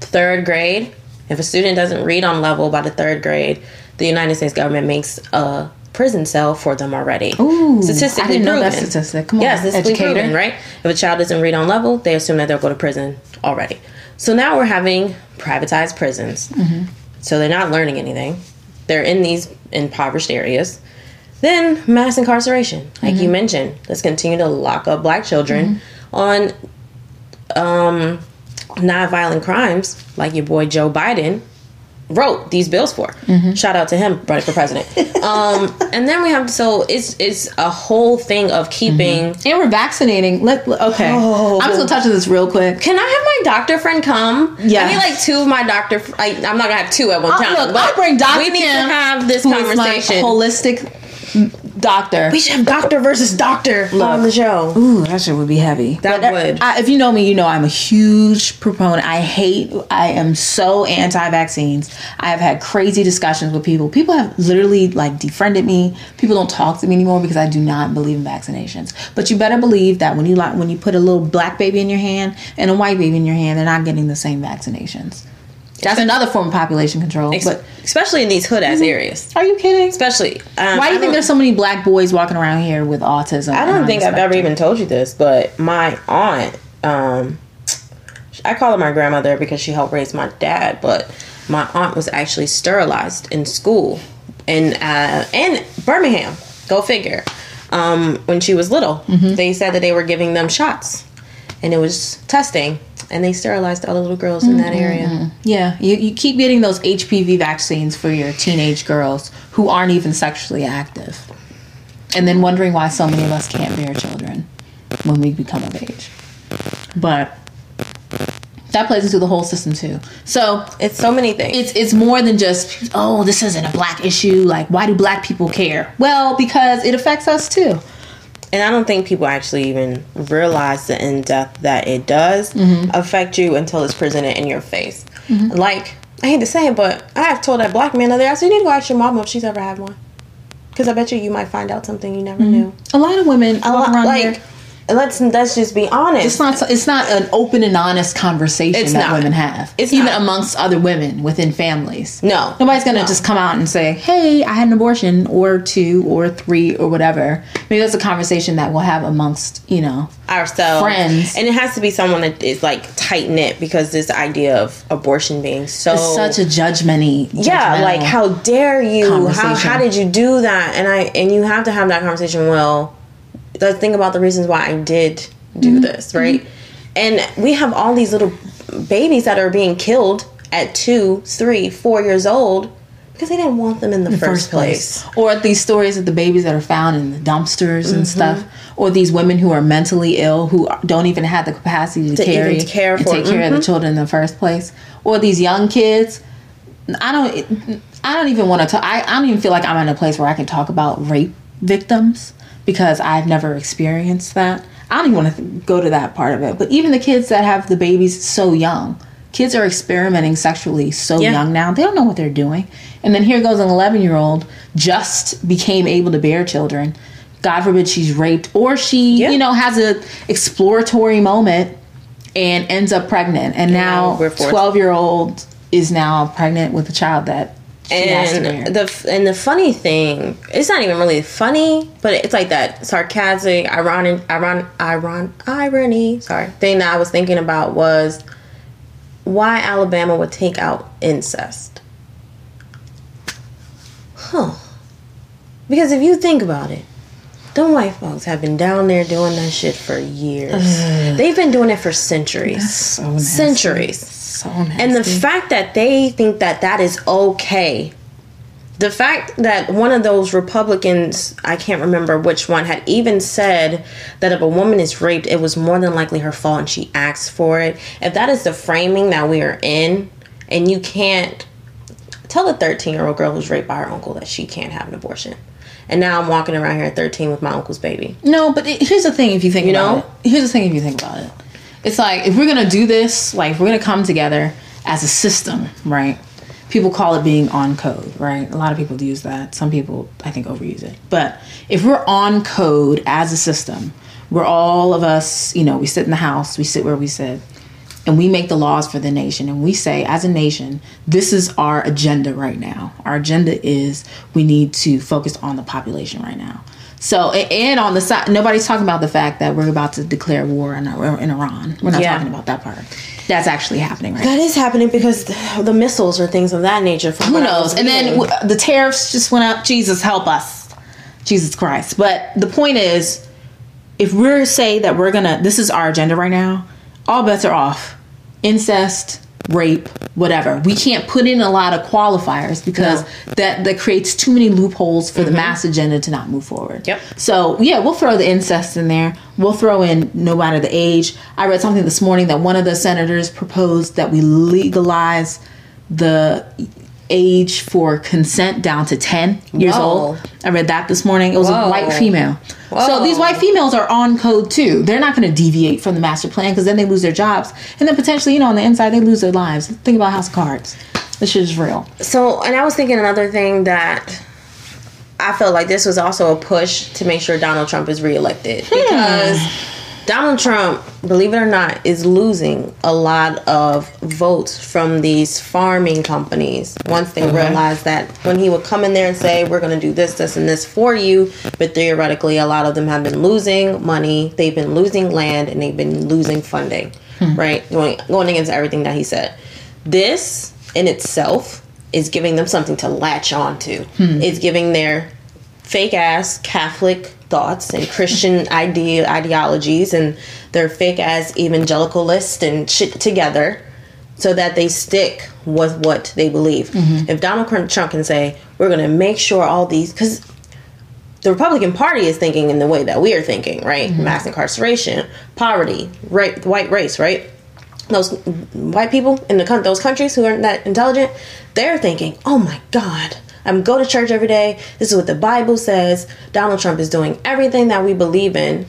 B: Third grade. If a student doesn't read on level by the third grade, the United States government makes a prison cell for them already.
C: Ooh,
B: statistically
C: I didn't know that
B: proven.
C: statistic. Come on,
B: Yes, this is
C: educator.
B: proven, right? If a child doesn't read on level, they assume that they'll go to prison already. So now we're having privatized prisons.
C: Mm-hmm.
B: So they're not learning anything. They're in these impoverished areas. Then mass incarceration, like
C: Mm-hmm.
B: you mentioned. Let's continue to lock up black children on um, non-violent crimes, like your boy Joe Biden. wrote these bills for.
C: Mm-hmm.
B: Shout out to him running for president.
C: [LAUGHS]
B: um, and then we have so it's it's a whole thing of keeping.
C: And we're vaccinating. Let, let- okay.
B: Oh.
C: I'm just gonna touch on this real quick.
B: Can I have my doctor friend come?
C: Yes.
B: I need like two of my doctor. Fr- I, I'm not gonna have two at one
C: I'll-
B: time.
C: look,
B: but
C: I'll bring Dr.
B: We need
C: Kim,
B: to have this
C: Who is my
B: conversation.
C: holistic doctor.
B: we should have doctor versus doctor on the show.
C: Ooh, that shit would be heavy.
B: That would.
C: I, if you know me, you know I'm a huge proponent. I hate. I am so anti-vaccines. I have had crazy discussions with people. People have literally like defriended me. People don't talk to me anymore because I do not believe in vaccinations. But you better believe that when you like when you put a little black baby in your hand and a white baby in your hand, they're not getting the same vaccinations. That's another form of population control.
B: Ex-
C: But
B: especially in these hood ass areas.
C: are you kidding?
B: Especially.
C: Why
B: Um,
C: do
B: I
C: you think
B: don't-
C: there's so many black boys walking around here with autism?
B: I don't think I've ever even told you this, but my aunt, um, I call her my grandmother because she helped raise my dad, but my aunt was actually sterilized in school in uh, in Birmingham. Go figure. Um, when she was little, they said that they were giving them shots, and it was testing, and they sterilized all the little girls in that area.
C: Yeah, you, you keep getting those HPV vaccines for your teenage girls who aren't even sexually active. And then wondering why so many of us can't bear children when we become of age. But that plays into the whole system too. So
B: It's so many things.
C: it's it's more than just oh this isn't a black issue like why do black people care? Well, because it affects us too.
B: and I don't think people actually even realize the in depth that it does
C: Mm-hmm.
B: affect you until it's presented in your face. Like, I hate to say it, but I have told that black man the other day, I said, You need to go ask your mama if she's ever had one. Because I bet you you might find out something you never knew.
C: Mm-hmm. A lot of women
B: A
C: walk
B: lot,
C: around
B: like,
C: here.
B: let's, let's just be honest.
C: It's not. It's not an open and honest conversation
B: It's
C: that
B: not.
C: women have.
B: It's
C: even
B: not.
C: amongst other women within families.
B: No.
C: nobody's gonna
B: No.
C: just come out and say, "Hey, I had an abortion, or two, or three, or whatever." Maybe that's a conversation that we'll have amongst you know.
B: ourselves
C: Friends.
B: and it has to be someone that is like tight knit because this idea of abortion being so
C: It's such a judgmenty.
B: Oh. yeah
C: judgmental-
B: like how dare you how,
C: conversation.
B: how did you do that and i and you have to have that conversation well let's think about the reasons why i did do this right and we have all these little babies that are being killed at two three four years old because they didn't want them in the, first, place.
C: Or these stories of the babies that are found in the dumpsters and
B: Mm-hmm.
C: stuff, or these women who are mentally ill who don't even have the capacity to,
B: To
C: carry
B: even care
C: and
B: for- Mm-hmm.
C: take care of the children in the first place, or these young kids. I don't. I don't even want to talk. I, I don't even feel like I'm in a place where I can talk about rape victims because I've never experienced that. I don't even want to th- go to that part of it. But even the kids that have the babies so young, kids are experimenting sexually so
B: Yeah.
C: young now. They don't know what they're doing. And then here goes an 11 year old just became able to bear children. God forbid she's raped or she,
B: Yeah.
C: you know, has a exploratory moment and ends up pregnant. And now
B: now we're forced-
C: 12 year old is now pregnant with a child that she has to bear.
B: and the f- and the funny thing it's not even really funny but it's like that sarcastic ironic iron, iron, irony sorry thing that i was thinking about was why alabama would take out incest huh because if you think about it them white folks have been down there doing that shit
C: [SIGHS]
B: for years they've been doing it for centuries
C: so nasty.
B: centuries
C: so nasty.
B: and the fact that they think that that is okay. The fact that one of those Republicans, I can't remember which one, had even said that if a woman is raped, it was more than likely her fault and she asked for it. If that is the framing that we are in, and you can't tell a 13 year old girl who's raped by her uncle that she can't have an abortion. And now I'm walking around here at 13 with my uncle's baby.
C: No, but it, here's the thing. If you think about
B: know?
C: it, here's the thing. If you think about it, it's like if we're gonna do this, like if we're gonna come together as a system, right? People call it being on code, right? A lot of people use that. Some people, I think, overuse it. But if we're on code as a system, where all of us, you know, we sit in the house, we sit where we sit, and we make the laws for the nation and we say as a nation this is our agenda right now our agenda is we need to focus on the population right now so a- and on the side nobody's talking about the fact that we're about to declare war in, in iran we're not
B: Yeah.
C: talking about that part that's actually happening right now
B: That is happening because the missiles or things of that nature. from
C: who
B: what I
C: knows?
B: was
C: And then
B: reading.
C: w- the tariffs just went up. Jesus help us, Jesus Christ. But the point is, if we're say that we're gonna, this is our agenda right now. All bets are off. Incest, rape, whatever. We can't put in a lot of qualifiers because that that creates too many loopholes for the mass agenda to not move forward.
B: Mm-hmm. Yep.
C: So yeah, we'll throw the incest in there. We'll throw in no matter the age. I read something this morning that one of the senators proposed that we legalize the age for consent down to 10 years
B: Whoa.
C: old. I read that this morning. It was
B: Whoa.
C: a white female. So these white females are on code too. They're not going to deviate from the master plan because then they lose their jobs. And then potentially, you know, on the inside, they lose their lives. Think about House of Cards. This shit is real.
B: So, and I was thinking another thing that I felt like this was also a push to make sure Donald Trump is reelected because Donald Trump, believe it or not, is losing a lot of votes from these farming companies once they realize that when he would come in there and say, We're going to do this, this, and this for you, but theoretically, a lot of them have been losing money, they've been losing land, and they've been losing funding, right? Going, going against everything that he said. This in itself is giving them something to latch onto, it's giving their fake ass Catholic thoughts and Christian ide- ideologies and their fake ass evangelicalist and shit together so that they stick with what they believe. If Donald Trump can say, we're going to make sure all these, because the Republican Party is thinking in the way that we are thinking, right? Mass incarceration, poverty, right? White race, right? Those white people in the coun- those countries who aren't that intelligent, they're thinking, "Oh my God, I'm go to church every day. This is what the Bible says. Donald Trump is doing everything that we believe in.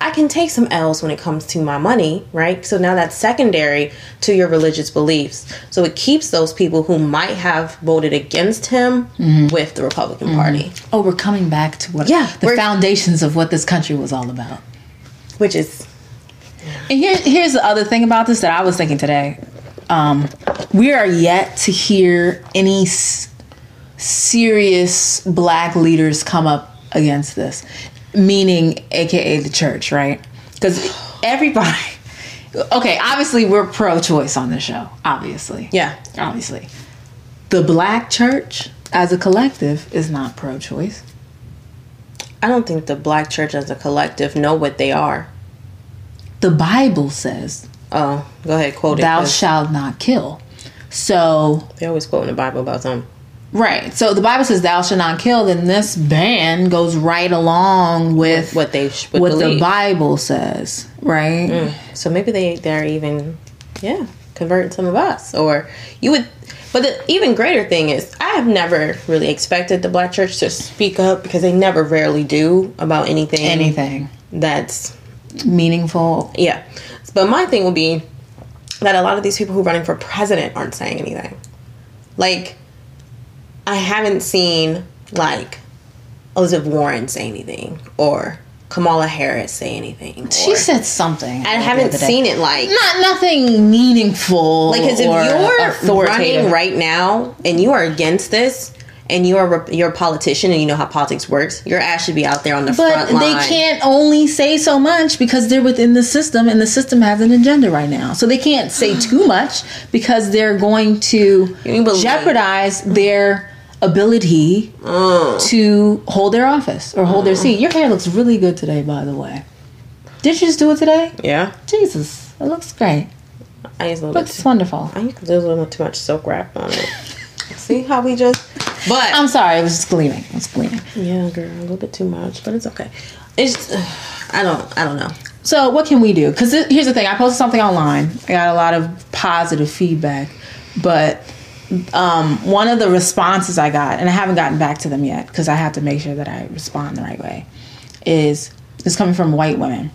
B: I can take some L's when it comes to my money, right? So now that's secondary to your religious beliefs. So it keeps those people who might have voted against him with the Republican Party,
C: Oh, we're coming back to what
B: Yeah,
C: the
B: we're-
C: foundations of what this country was all about.
B: which is
C: And here, here's the other thing about this that I was thinking today. Um, we are yet to hear any s- serious black leaders come up against this, meaning, AKA the church, right? Because everybody, [LAUGHS] okay, obviously we're pro choice on this show, obviously.
B: Yeah.
C: Obviously. The black church as a collective is not pro choice.
B: I don't think the black church as a collective know what they are.
C: The Bible says,
B: Oh, go ahead, quote it.
C: Thou
B: 'cause
C: shalt not kill. So
B: they always quote in the Bible about something.
C: Right. So the Bible says, "Thou shalt not kill." Then this ban goes right along with
B: What Mm. they sh- would
C: what the
B: believe.
C: Bible says. Right.
B: So maybe they they're even, yeah, converting some of us. Or you would, but the even greater thing is I have never really expected the black church to speak up because they never rarely do about anything.
C: Anything
B: that's
C: meaningful?
B: yeah. But my thing would be that a lot of these people who are running for president aren't saying anything. Like, I haven't seen like Elizabeth Warren say anything or Kamala Harris say anything.
C: She
B: or-
C: said something.
B: I haven't seen it like
C: Not nothing meaningful.
B: like because if
C: or
B: you're
C: authoritative.
B: running right now and you are against this and you are a- you're a politician and you know how politics works, your ass should be out there on the
C: But
B: front line.
C: they can't only say so much because they're within the system and the system has an agenda right now. So they can't
B: [SIGHS]
C: say too much because they're going to
B: You believe-
C: jeopardize their ability
B: Mm.
C: to hold their office or hold their seat. Your hair looks really good today, by the way. Did you just do it today?
B: Yeah,
C: Jesus, it looks great.
B: I use a
C: It
B: little bit.
C: looks
B: Too,
C: wonderful.
B: I use a little too much silk wrap on it. [LAUGHS] See how we just. But
C: I'm sorry, it was just gleaming. It was gleaming.
B: yeah, girl, a little bit too much, but it's okay. It's [SIGHS] I don't I don't know.
C: So what can we do? Because here's the thing: I posted something online. I got a lot of positive feedback, but um, one of the responses I got, and I haven't gotten back to them yet because I have to make sure that I respond the right way, is is coming from white women.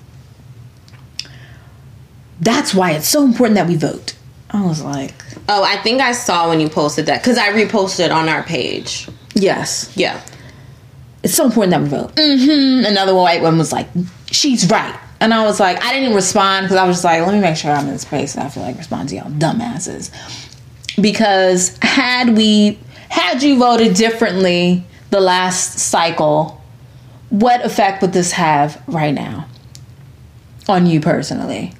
C: That's why it's so important that we vote. I was like,
B: Oh, I think I saw when you posted that because I reposted on our page.
C: yes,
B: Yeah,
C: it's so important that we vote. hmm Another white woman was like, she's right. And I was like, I didn't respond because I was just like, let me make sure I'm in the space and I feel like respond to y'all dumbasses. Because had we, had you voted differently the last cycle, what effect would this have right now on you personally?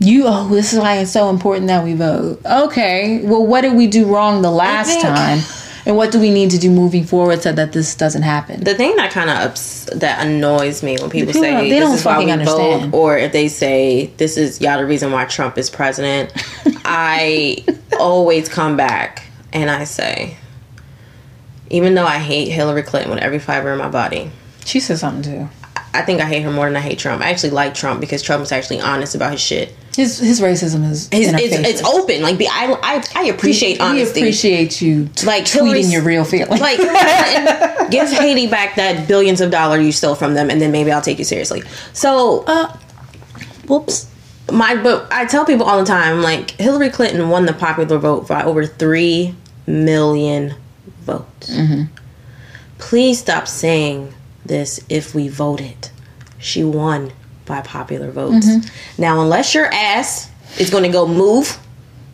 C: You, oh, this is why it's so important that we vote. Okay, well, what did we do wrong the last
B: think-
C: time? And what do we need to do moving forward so that this doesn't happen?
B: The thing that kind of ups that annoys me when people
C: people
B: say
C: don't- they
B: this
C: don't
B: is why we
C: fucking
B: vote,
C: understand.
B: or if they say this is y'all the reason why Trump is [LAUGHS] president, I always come back and I say, even though I hate Hillary Clinton with every fiber in my body,
C: She said something too.
B: I think I hate her more than I hate Trump. I actually like Trump because Trump is actually honest about his shit.
C: His his racism is
B: His,
C: in her
B: it's,
C: face.
B: it's open. Like be- I, I, I appreciate honesty.
C: We appreciate you t-
B: Like, Hillary's-
C: tweeting your real feelings. [LAUGHS]
B: like Clinton, give Haiti back that billions of dollar you stole from them, and then maybe I'll take you seriously. So
C: uh, whoops.
B: my but I tell people all the time like Hillary Clinton won the popular vote by over 3 million votes. Please stop saying this if we voted. She won by popular votes. Now unless your ass is going to go move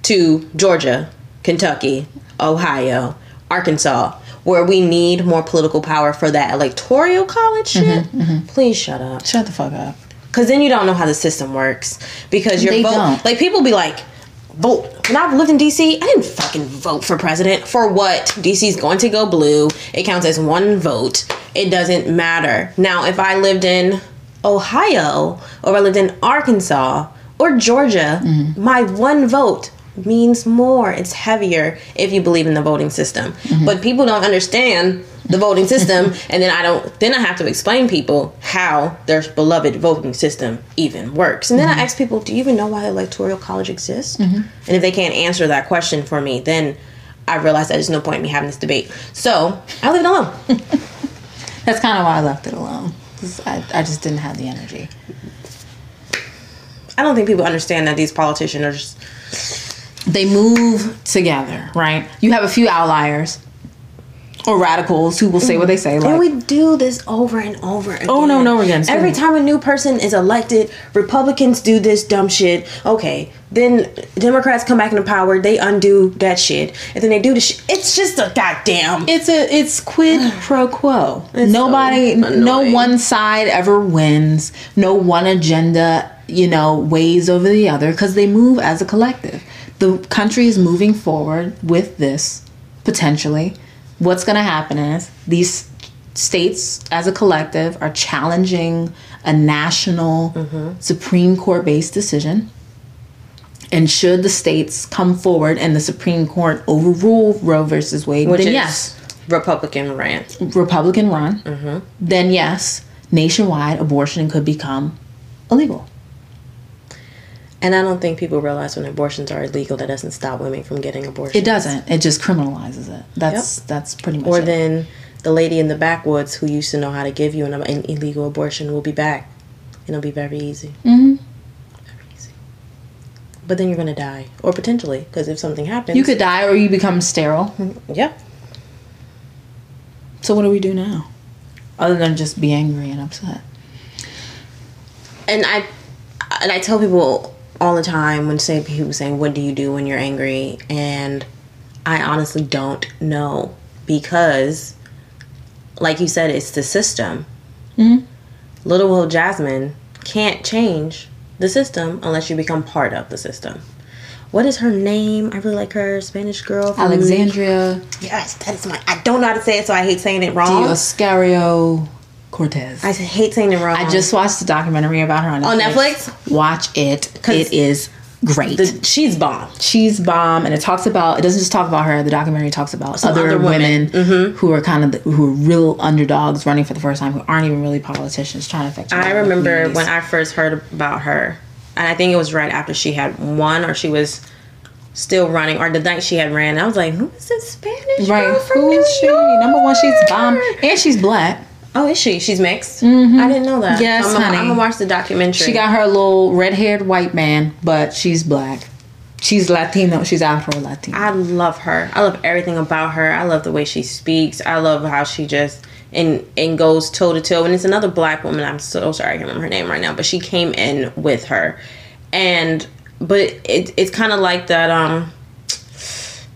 B: to Georgia, Kentucky, Ohio, Arkansas where we need more political power for that electoral college shit, please shut up.
C: Shut the fuck up.
B: Because then you don't know how the system works. Because your
C: They
B: vote,
C: don't.
B: like people be like, vote. When I lived in DC, I didn't fucking vote for president. For what? DC's going to go blue. It counts as one vote. It doesn't matter. Now, if I lived in Ohio or if I lived in Arkansas or Georgia,
C: Mm-hmm.
B: my one vote means more. It's heavier if you believe in the voting system. But people don't understand the voting system and then I don't then I have to explain people how their beloved voting system even works. And then I ask people, do you even know why the electoral college exists? And if they can't answer that question for me, then I realize that there's no point in me having this debate. So I leave it alone.
C: That's kind of why I left it alone. 'Cause I, I just didn't have the energy.
B: I don't think people understand that these politicians are just
C: They move together, right? You have a few outliers or radicals who will say what they say. Like,
B: And we do this over and over again.
C: Oh, no, no, again. It's
B: Every
C: good.
B: time a new person is elected, Republicans do this dumb shit. Okay. Then Democrats come back into power, they undo that shit. And then they do the shit. It's just a goddamn.
C: it's a it's quid pro
B: [SIGHS]
C: quo. Nobody,
B: so
C: no
B: annoying.
C: one side ever wins. No one agenda, you know, weighs over the other because they move as a collective. The country is moving forward with this potentially. What's going to happen is these states, as a collective, are challenging a national
B: Mm-hmm.
C: Supreme Court based decision. And should the states come forward and the Supreme Court overrule Roe versus Wade,
B: Which
C: then
B: is
C: yes,
B: Republican rant.
C: Republican run,
B: Mm-hmm.
C: then yes, nationwide abortion could become illegal.
B: And I don't think people realize when abortions are illegal, that doesn't stop women from getting abortions.
C: It doesn't. It just criminalizes it. That's that's pretty much
B: Or
C: it.
B: then the lady in the backwoods who used to know how to give you an, an illegal abortion will be back. And it'll be very easy. Mm-hmm. Very easy. But then you're going to die. Or potentially, because if something happens.
C: you could die or you become sterile.
B: Mm-hmm. Yeah.
C: So what do we do now? Other than just be angry and upset.
B: Mm-hmm. and I and I tell people all the time when say people saying what do you do when you're angry and I honestly don't know because like you said it's the system.
C: Mm-hmm.
B: Little Will Jasmine can't change the system unless you become part of the system. What is her name? I really like her Spanish girl. From
C: Alexandria
B: Yes, that is my. I don't know how to say it, so I hate saying it wrong.
C: Dioscario Cortez.
B: Oh. I
C: I,
B: hate saying it wrong.
C: just watched a documentary about her on Netflix.
B: On
C: Watch it.
B: 'Cause
C: It is great.
B: she's bomb.
C: she's bomb and it talks about it doesn't just talk about her the documentary talks about other,
B: other
C: women,
B: women.
C: Mm-hmm. who are kind of the, who are real underdogs running for the first time who aren't even really politicians trying to affect
B: I remember when I first heard about her, and I think it was right after she had won, or she was still running, or the night she had ran. I was like, "Who is this Spanish girl
C: right
B: from
C: who
B: New
C: is she
B: York?
C: number one she's bomb and she's black
B: Oh, is she? She's mixed. I didn't know that.
C: Yes,
B: I'm gonna-
C: honey.
B: I'm gonna watch the documentary.
C: she got her little red-haired white man but she's black she's latino she's afro-latino
B: I love her. I love everything about her. I love the way she speaks. I love how she just and and goes toe to toe. And it's another black woman. I'm so sorry I can't remember her name right now, but she came in with her, and but it, it's kind of like that. Um,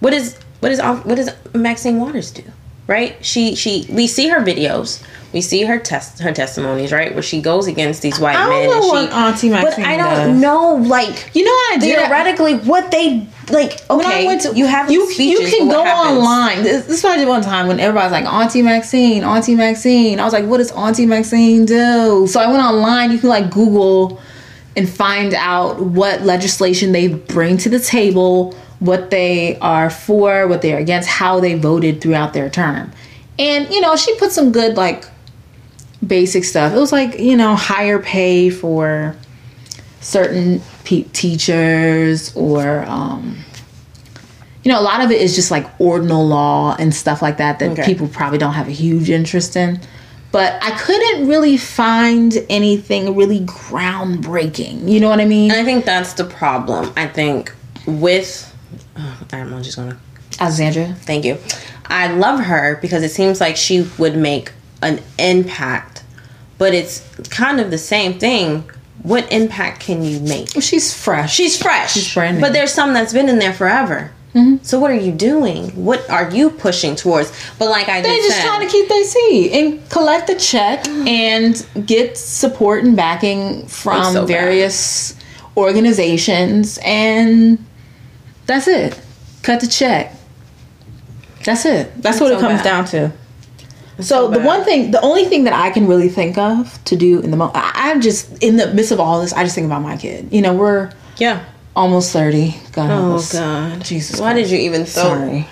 B: what is what is what does Maxine Waters do? right? She she we see her videos. We see her test her testimonies, right? Where she goes against these white
C: I don't
B: men.
C: know
B: and she,
C: what Auntie
B: but
C: Maxine
B: I don't
C: does.
B: know, like
C: You know what I did?
B: theoretically what they like. Okay,
C: when I went to
B: you have
C: you,
B: speeches,
C: you can
B: but
C: go
B: what happens?
C: online. This, this is what I did one time when everybody's like Auntie Maxine, Auntie Maxine. I was like, what does Auntie Maxine do? So I went online. You can like Google and find out what legislation they bring to the table, what they are for, what they are against, how they voted throughout their term. And you know, she put some good like basic stuff. It was like you know higher pay for certain pe- teachers or um, you know a lot of it is just like ordinal law and stuff like that that
B: Okay.
C: people probably don't have a huge interest in. But I couldn't really find anything really groundbreaking. You know what I mean?
B: And I think that's the problem. I think with oh, I'm just gonna
C: Alexandria.
B: thank you. I love her because it seems like she would make an impact, but it's kind of the same thing. What impact can you make?
C: She's fresh.
B: She's fresh.
C: She's brand new. Mm-hmm.
B: But there's some that's been in there forever. So what are you doing? What are you pushing towards? But like I
C: They
B: just,
C: just
B: said,
C: trying to keep their seat and collect the
B: [GASPS]
C: check and get support and backing from
B: It's so bad.
C: various organizations and that's it. Cut the check. That's it. That's what it
B: so
C: comes
B: bad.
C: down to. So, the
B: bad.
C: one thing, the only thing that I can really think of to do in the moment, I'm just in the midst of all this. I just think about my kid. You know, we're
B: yeah.
C: almost thirty. God,
B: Oh
C: help us.
B: God,
C: Jesus
B: Why did you even throw?
C: Sorry,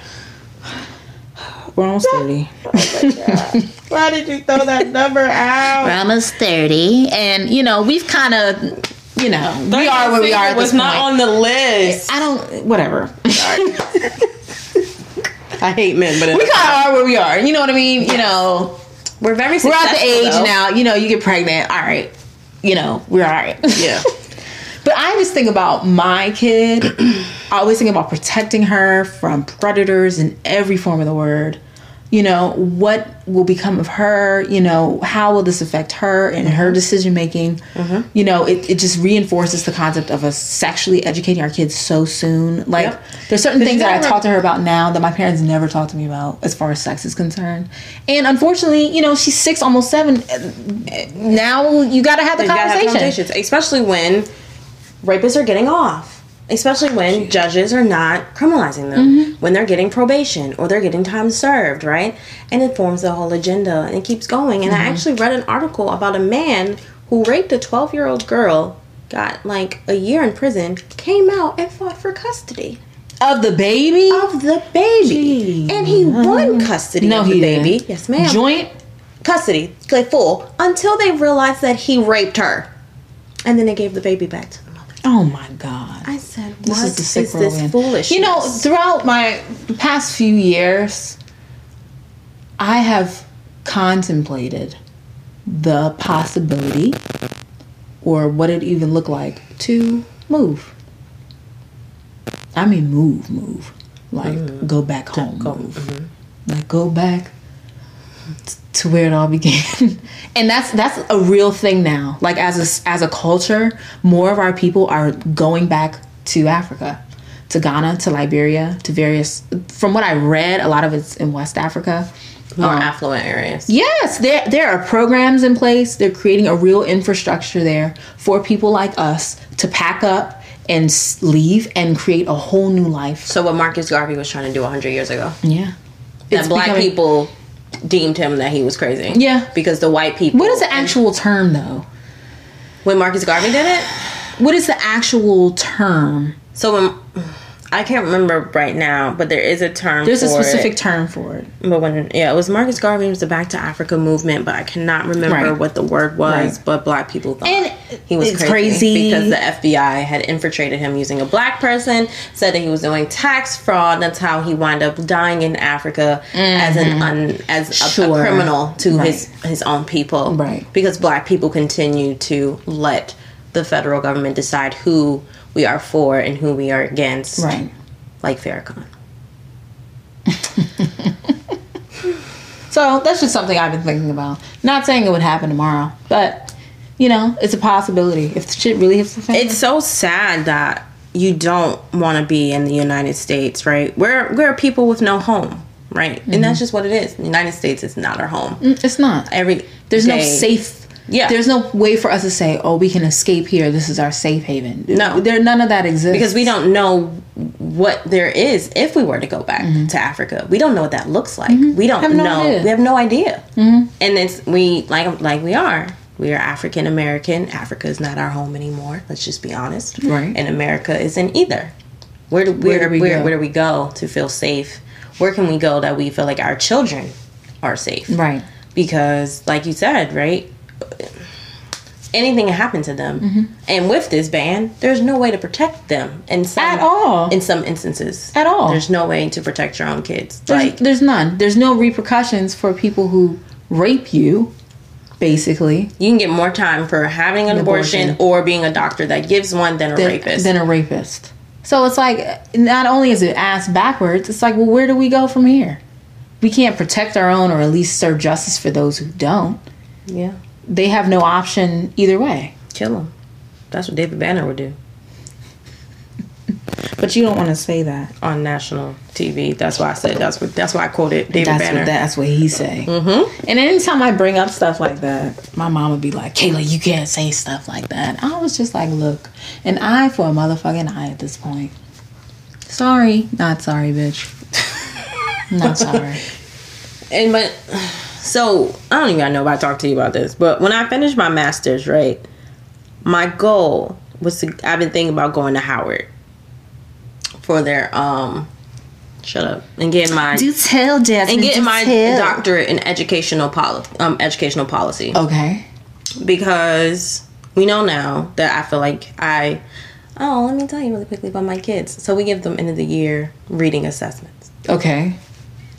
C: we're almost thirty.
B: Why did you throw that number [LAUGHS] out?
C: Rama's 30, and you know, we've kind of, you know, we are where we are at
B: was
C: this
B: not
C: point.
B: on the list.
C: I don't, whatever. [LAUGHS]
B: I hate men, but
C: we kind of are where we are. You know what I mean? You know,
B: we're very.
C: we're at the
B: successful,
C: age
B: though.
C: now. You know, you get pregnant. All right, you know, we're all right.
B: [LAUGHS] Yeah.
C: But I just think about my kid. I always think about protecting her from predators in every form of the word. You know, what will become of her? You know, how will this affect her and her decision making? You know, it, it just reinforces the concept of us sexually educating our kids so soon. Like,
B: Yep.
C: there's certain things
B: you
C: that I
B: ever-
C: talk to her about now that my parents never talked to me about as far as sex is concerned. And unfortunately, you know, she's six, almost seven. Now you gotta have the
B: You gotta have
C: conversation.
B: conversations, especially when rapists are getting off. Especially when judges are not criminalizing them, when they're getting probation or they're getting time served, right? And it forms the whole agenda and it keeps going. And I actually read an article about a man who raped a 12 year old girl, got like a year in prison, came out and fought for custody
C: Of the baby?
B: of the baby.
C: Gee.
B: And he won custody
C: No,
B: of the
C: he didn't.
B: baby. Yes, ma'am.
C: Joint
B: custody, like full, until they realized that he raped her. And then they gave the baby back to the mother.
C: Oh my God.
B: I said, what
C: This
B: is
C: is the sick world we're in.
B: this foolishness?
C: You know, throughout my the past few years, I have contemplated the possibility or what it even looked like to move. I mean, move, move. Like,
B: Mm-hmm.
C: go back home. move. Like, go back t- to where it all [LAUGHS] began and that's that's a real thing now like as a s- as a culture more of our people are going back to africa to ghana to liberia to various from what i read a lot of it's in west africa
B: more affluent areas.
C: Yes, there there are programs in place. They're creating a real infrastructure there for people like us to pack up and s- leave and create a whole new life.
B: So what Marcus Garvey was trying to do 100 years ago.
C: Yeah,
B: that black
C: becoming-
B: people deemed him that he was crazy.
C: Yeah.
B: Because the white people.
C: What is the actual term though?
B: When Marcus Garvey did it?
C: What is the actual term?
B: So when. I can't remember right now, but there is a term
C: There's a
B: for
C: specific
B: it.
C: term for it.
B: But when yeah, it was Marcus Garvey it was the Back to Africa movement, but I cannot remember
C: Right.
B: what the word was.
C: Right.
B: But black people thought
C: And
B: he was
C: it's crazy.
B: crazy, because the FBI had infiltrated him using a black person, said that he was doing tax fraud. That's how he wound up dying in Africa as an un, as a, a
C: Mm-hmm. Sure.
B: criminal to his his own people,
C: Right.
B: Because black people continue to let the federal government decide who we are for and who we are against,
C: Right.
B: Like Farrakhan.
C: So that's just something I've been thinking about. Not saying it would happen tomorrow, but you know, it's a possibility. If shit really hits the fan,
B: it's so sad that you don't want to be in the United States, right? We're we're people with no home, right?
C: Mm-hmm.
B: And that's just what it is. The United States is not our home.
C: It's not.
B: Every
C: Mm. There's no
B: day-
C: safe.
B: Yeah.
C: There's no way for us to say, oh, we can escape here. This is our safe haven.
B: No.
C: There, none of that exists.
B: because we don't know what there is if we were to go back to Africa. We don't know what that looks like. We
C: Mm-hmm.
B: don't
C: Have no
B: know.
C: idea. Mm-hmm.
B: We have no idea. And it's we like like we are. We are African American. Africa is not our home anymore. Let's just be honest.
C: Right.
B: And America isn't either. Where do where where
C: do
B: do we
C: we
B: where,
C: go?
B: do we go to feel safe? Where can we go that we feel like our children are safe?
C: Right.
B: because like you said right anything can happen to them
C: Mm-hmm.
B: and with this ban there's no way to protect them in some,
C: At all.
B: in some instances
C: At all.
B: there's no way to protect your own kids
C: There's,
B: like
C: there's none. There's no repercussions for people who rape you, basically,
B: you can get more time for having an abortion,
C: abortion.
B: or being a doctor that gives one than a
C: than,
B: rapist
C: than a rapist. So it's like, not only is it ass backwards, it's like, well, where do we go from here? We can't protect our own or at least serve justice for those who don't.
B: yeah
C: They have no option either way.
B: kill them that's what david banner would do
C: But you don't want to say that.
B: on national tv that's why i said that's what that's why i quoted david
C: That's
B: banner
C: what,
B: [LAUGHS]
C: that's what he say. Mm-hmm. And anytime I bring up stuff like that, my mom would be like, Kayla, you can't say stuff like that. I was just like, look, an eye for a motherfucking eye at this point. Sorry. Not sorry, bitch.
B: [LAUGHS]
C: Not sorry.
B: And but [SIGHS] so I don't even know if I talked to you about this, but when I finished my master's, right, my goal was to I've been thinking about going to Howard for their um shut up and getting my
C: tell, Jasmine.
B: and getting my doctorate in educational poli- um educational policy
C: Okay.
B: because we know now that I feel like I oh let me tell you really quickly about my kids. So we give them end of the year reading assessments.
C: Okay.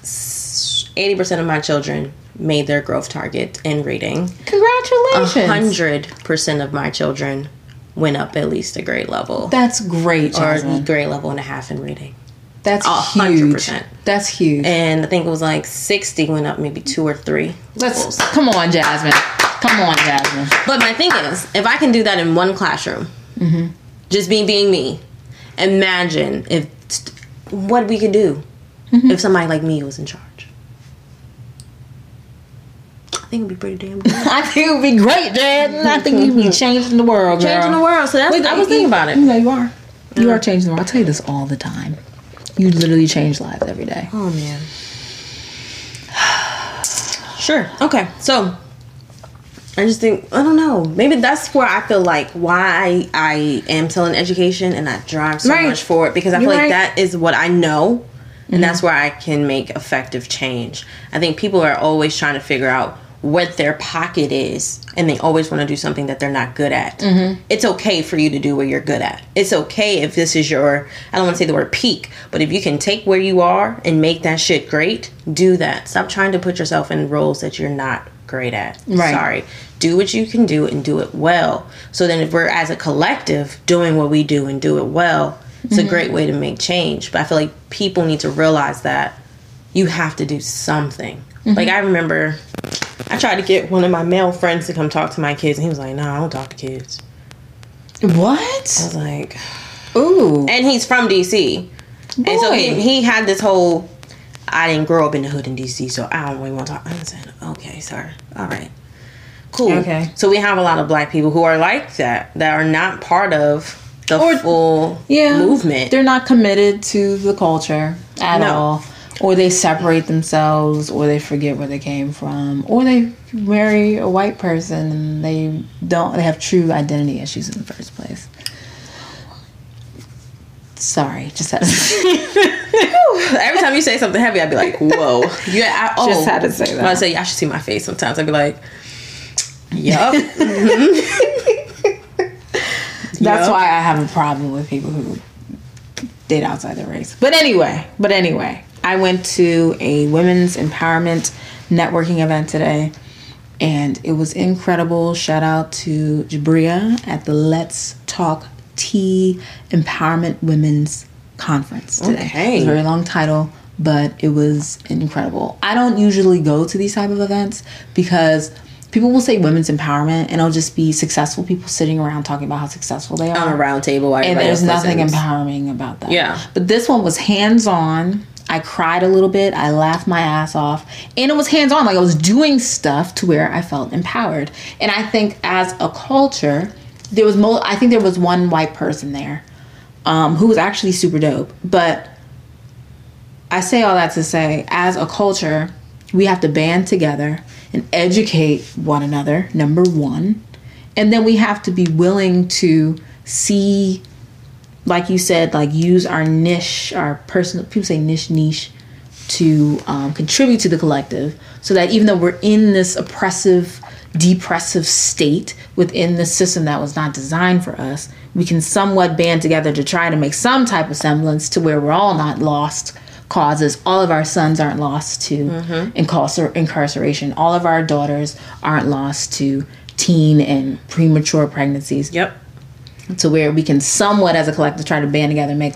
B: 80% of my children made their growth target in reading.
C: Congratulations.
B: 100% of my children went up at least a grade level
C: That's great,
B: or
C: Jasmine.
B: a grade level and a half in reading.
C: That's
B: a hundred
C: huge.
B: percent.
C: That's huge.
B: And I think it was like 60 went up maybe two or three.
C: Let's come on, Jasmine. Come on, Jasmine. [LAUGHS]
B: But my thing is, if I can do that in one classroom, Mm-hmm. just me being me, imagine if what we could do if somebody like me was in charge. I think it'd be pretty damn good.
C: I think it would be great, Jasmine. I think you'd
B: [LAUGHS]
C: be changing the world, girl.
B: Changing the world. So that's I was thinking about it.
C: Yeah, you are. You are changing the world. I tell you this all the time. You literally change lives every day.
B: Oh
C: [SIGHS]
B: man. Sure. Okay. So I just think I don't know. Maybe that's where I feel like why I am still in education and I drive so
C: Right.
B: much for it because I
C: You're
B: feel like
C: right.
B: that is what I know and that's where I can make effective change. I think people are always trying to figure out what their pocket is and they always want to do something that they're not good at. It's okay for you to do what you're good at. It's okay if this is your I don't want to say the word peak, but if you can take where you are and make that shit great, do that. Stop trying to put yourself in roles that you're not great at.
C: Right.
B: Sorry. Do what you can do and do it well. So then, if we're as a collective doing what we do and do it well, it's a great way to make change. But I feel like people need to realize that you have to do something. Like, I remember I tried to get one of my male friends to come talk to my kids, and he was like, No, I don't talk to kids. I
C: What?
B: was like,
C: Ooh.
B: and he's from DC. And so he,
C: Boy.
B: he had this whole I didn't grow up in the hood in DC, so I don't really want to talk. I'm saying, okay, sir. All right. Cool.
C: Okay.
B: So we have a lot of black people who are like that, that are not part of the
C: Or-
B: full
C: Yeah. [LAUGHS]
B: movement.
C: They're not committed to the culture at
B: No.
C: all. Or they separate themselves, or they forget where they came from, or they marry a white person and they don't. They have true identity issues in the first place. Sorry, just had to. [LAUGHS]
B: Every time you say something heavy, I'd be like, whoa. Yeah, I oh.
C: [LAUGHS] Just had to say
B: I
C: that.
B: say, I should see my face sometimes. I'd be like, yup.
C: That's why I have a problem with people who date outside their race. But anyway, but anyway, I went to a women's empowerment networking event today and it was incredible. Shout out to Jabria at the Let's Talk Tea Empowerment Women's Conference today.
B: Okay.
C: It was a very long title, but it was incredible. I don't usually go to these type of events because people will say women's empowerment and it'll just be successful people sitting around talking about how successful they are
B: On a round table.
C: and there's nothing
B: important.
C: empowering about that.
B: Yeah.
C: But this one was hands on. I cried a little bit. I laughed my ass off. And it was hands on. Like I was doing stuff to where I felt empowered. And I think as a culture, there was mo- I think there was one white person there um, who was actually super dope. But I say all that to say, as a culture, we have to band together and educate one another, number one. And then we have to be willing to see, like you said, like use our niche, our personal, people say niche, niche, to um, contribute to the collective so that even though we're in this oppressive, depressive state within the system that was not designed for us, we can somewhat band together to try to make some type of semblance to where we're all not lost causes. All of our sons aren't lost to incarcer- incarceration. All of our daughters aren't lost to teen and premature pregnancies
B: Yep.
C: to where we can somewhat as a collective try to band together and make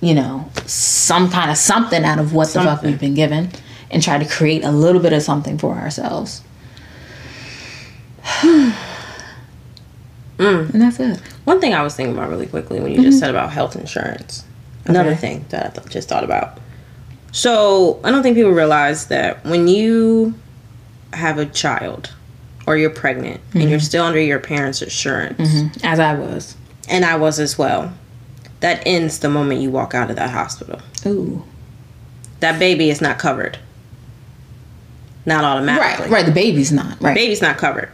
C: you know some kind of something out of what the fuck we've been given and try to create a little bit of something for [SIGHS] ourselves Mm. and that's it
B: One thing I was thinking about really quickly when you just said about health insurance. Another
C: Okay.
B: thing that I th- just thought about. So I don't think people realize that when you have a child or you're pregnant and you're still under your parents' insurance,
C: Mm-hmm. as i was
B: and I was as well, that ends the moment you walk out of that hospital.
C: ooh
B: That baby is not covered. Not automatically.
C: right right the baby's not right
B: baby's not covered.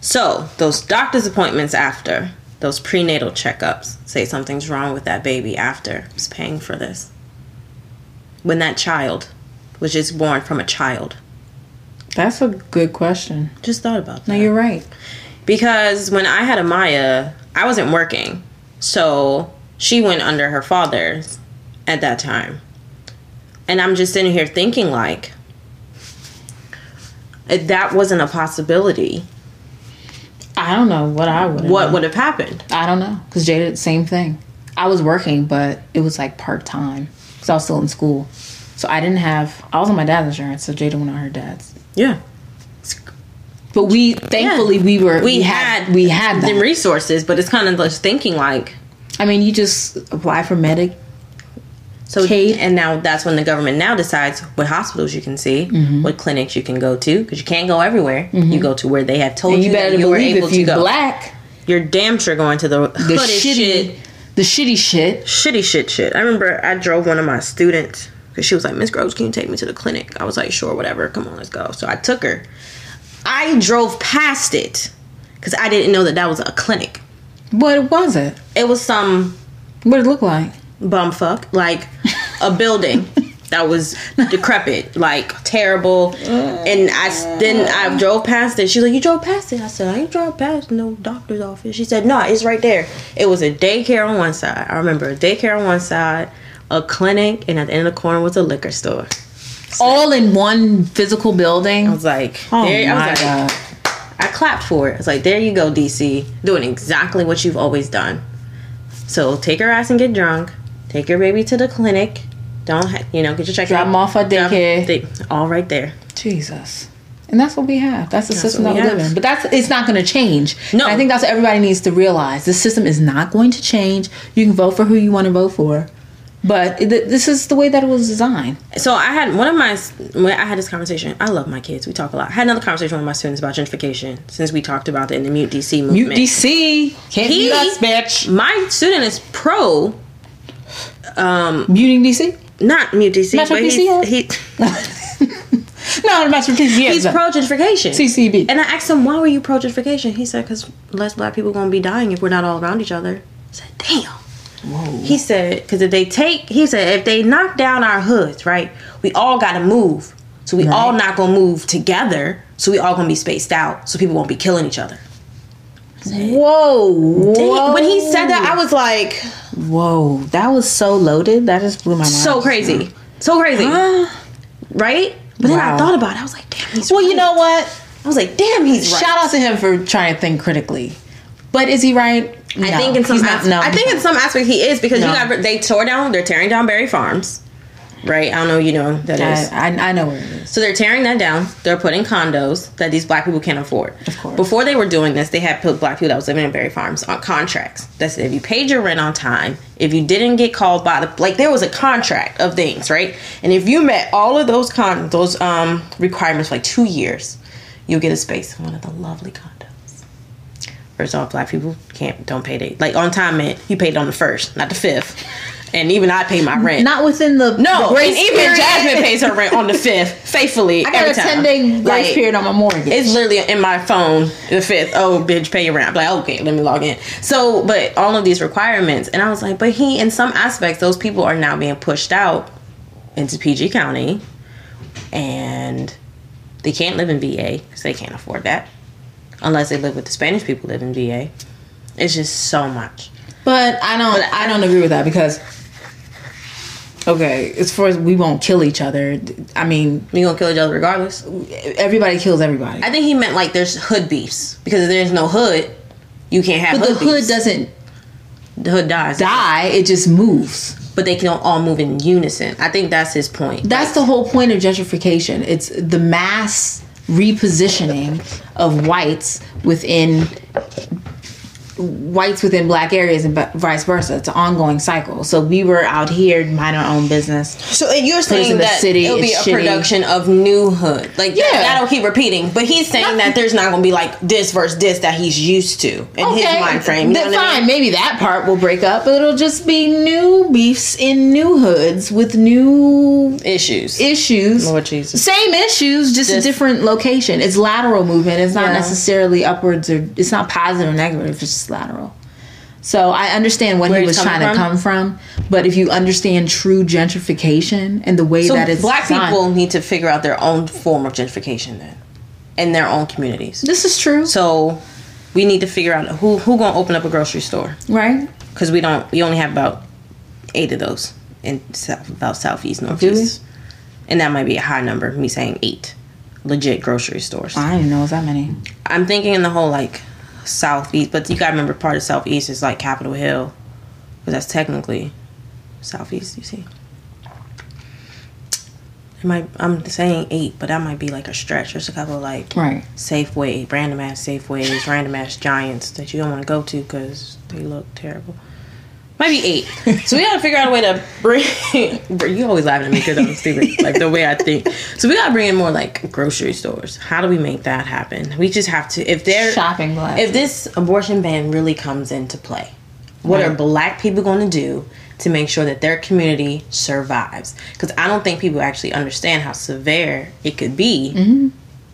B: So those doctor's appointments after those prenatal checkups say something's wrong with that baby after who's paying for this. When that child was just born from a child.
C: that's a good question
B: Just thought about that.
C: no you're right
B: Because when I had Amaya, I wasn't working. So she went under her father's at that time. And I'm just sitting here thinking, like, if that wasn't a possibility,
C: i don't know what i would
B: what would have happened?
C: I don't know. Because Jada, same thing. I was working, but it was like part time. Because I was still in school. So I didn't have, I was on my dad's insurance. So Jada went on her dad's.
B: Yeah.
C: But we, thankfully, we were,
B: We had-
C: we had
B: and
C: that.
B: resources, but it's kind of just thinking like
C: I mean, you just apply for medic.
B: so.
C: Kate-
B: And now that's when the government now decides what hospitals you can see,
C: Mm-hmm.
B: what clinics you can go to, because you can't go everywhere. You go to where they have told
C: And
B: you,
C: you better
B: that you were
C: believe
B: able
C: if you
B: to go.
C: black,
B: You're damn sure going to the,
C: the
B: hooded
C: shitty,
B: shit,
C: the shitty shit.
B: shitty shit, shit. I remember I drove one of my students because she was like, "Miss Groves, can you take me to the clinic?" I was like, "Sure, whatever. Come on, let's go." So I took her. I drove past it because I didn't know that that was a clinic.
C: What was it?
B: It was some
C: What did it look like?
B: bumfuck, like
C: [LAUGHS]
B: a building that was decrepit, like terrible. And I s- then I drove past it. She's like, "You drove past it?" I said, "I ain't drove past no doctor's office." She said, "No, it's right there." It was a daycare on one side. I remember a daycare on one side, a clinic, and at the end of the corner was a liquor store.
C: All in one physical building.
B: I was like,
C: oh
B: there- I was
C: my
B: like-
C: God.
B: I clapped for it. I was like, there you go, DC, doing exactly what you've always done. So take her ass and get drunk. Take your baby to the clinic. Don't, ha- you know, get your check.
C: Drop 'em off at daycare.
B: all right there.
C: Jesus. And that's what we have. That's the system that
B: what
C: we
B: we
C: live
B: have.
C: in. But that's it's not going to change.
B: No.
C: And I think that's what everybody needs to realize. The system is not going to change. You can vote for who you want to vote for, but it, this is the way that it was designed.
B: So I had one of my, when I had this conversation. I love my kids. We talk a lot. I had another conversation with my students about gentrification since we talked about it in the Mute DC movement.
C: Mute DC can't
B: He-
C: mute us, bitch.
B: My student is pro, um,
C: Muting [LAUGHS] DC.
B: not Mute DC,
C: Metro
B: but
C: DC?
B: he's, he,
C: No, I'm not sure.
B: he's pro gentrification.
C: CCB.
B: And I asked him, why were you pro gentrification? He said, because less black people going to be dying if we're not all around each other. I said, damn. He said, because if they take, he said, if they knock down our hoods, right, we all got to move. So we all not going to move together. So we all going to be spaced out. So people won't be killing each other.
C: Whoa,
B: And he-
C: whoa,
B: when he said that, I was like,
C: whoa, that was so loaded. That just blew my mind.
B: so crazy. So crazy.
C: Huh?
B: Right? But then I
C: Wow.
B: thought about it. I was like, damn, he's
C: Well,
B: right.
C: you know what?
B: I was like, damn, he's right.
C: Shout out to him for trying to think critically. But is he right?
B: I
C: No.
B: think in some
C: He's
B: aspects,
C: no,
B: I
C: he's
B: think in
C: not.
B: some aspects he is because
C: No.
B: you got they tore down they're tearing down Berry Farms. right? I don't know, you know that is.
D: I, I, I know where it is.
B: So they're tearing that down. They're putting condos that these black people can't afford. Of course. Before they were doing this, they had put black people that was living in Berry Farms on contracts. That's if you paid your rent on time, if you didn't get called by the like, there was a contract of things, right? And if you met all of those con those um requirements for like two years, you'll get a space in one of the lovely condos. First off, black people can't don't pay they like on time. It you paid on the first, not the fifth. And even I pay my rent.
C: Not within the
B: No,
C: the grace
B: and even
C: period.
B: Jasmine pays her rent on the fifth, faithfully.
C: I got
B: every
C: a ten
B: time.
C: day grace
B: Like,
C: period on my mortgage.
B: It's literally in my phone. The fifth, oh bitch, pay your rent. I'm like, okay, let me log in. So, but all of these requirements, and I was like, but he, in some aspects, those people are now being pushed out into PG County, and they can't live in VA because they can't afford that, unless they live with the Spanish people live in VA. It's just so much.
C: But I don't I don't agree with that because okay, as far as we won't kill each other, I mean
B: We gonna kill each other regardless.
C: everybody kills everybody.
B: I think he meant like there's hood beefs because if there's no hood, you can't have
C: But the
B: hood.
C: hood
B: beefs.
C: doesn't
B: the hood dies,
C: die; it just moves.
B: but they can all move in unison. I think that's his point.
C: That's the whole point of gentrification. It's the mass repositioning of whites within whites within black areas and bu- vice versa. It's an ongoing cycle. So we were out here mind our own business.
B: so and you're saying
C: in the
B: that
C: city,
B: it'll be a
C: it's shitty.
B: production of new hood, like yeah,
C: Yeah.
B: that'll keep repeating. But he's saying that there's not gonna be like this versus this that he's used to in his mind frame. You know
C: then
B: what I
C: fine.
B: mean?
C: Maybe that part will break up, but it'll just be new beefs in new hoods with new
B: Issues.
C: issues.
B: Lord Jesus.
C: Same issues, just,
B: Just-
C: a different location. It's lateral movement. It's not
B: Yeah.
C: necessarily upwards or it's not positive or negative. It's just lateral. So I understand what
B: Where
C: he
B: it's
C: was
B: coming
C: trying to come from, but if you understand true gentrification and the way
B: so
C: that it's
B: black
C: done-
B: people need to figure out their own form of gentrification then, in their own communities.
C: this is true,
B: So we need to figure out who who gonna open up a grocery store.
C: right?
B: because we don't we only have about eight of those in south about southeast northeast and that might be a high number me saying eight legit grocery stores
C: I didn't know it was that many.
B: i'm thinking in the whole like southeast but you gotta remember part of southeast is like capitol hill because that's technically southeast you see it might i'm saying eight but that might be like a stretch there's a couple of like
C: Right.
B: Safeway, random ass Safeways, random ass Giants that you don't want to go to because they look terrible. Might be eight. So we gotta figure out a way to bring. [LAUGHS] bro, you always laughing at me because I'm stupid, like the way I think. So we gotta bring in more like grocery stores. How do we make that happen? We just have to. If they're
C: Shopping glasses.
B: if this abortion ban really comes into play, what are black people going to do to make sure that their community survives? Because I don't think people actually understand how severe it could be
C: Mm-hmm.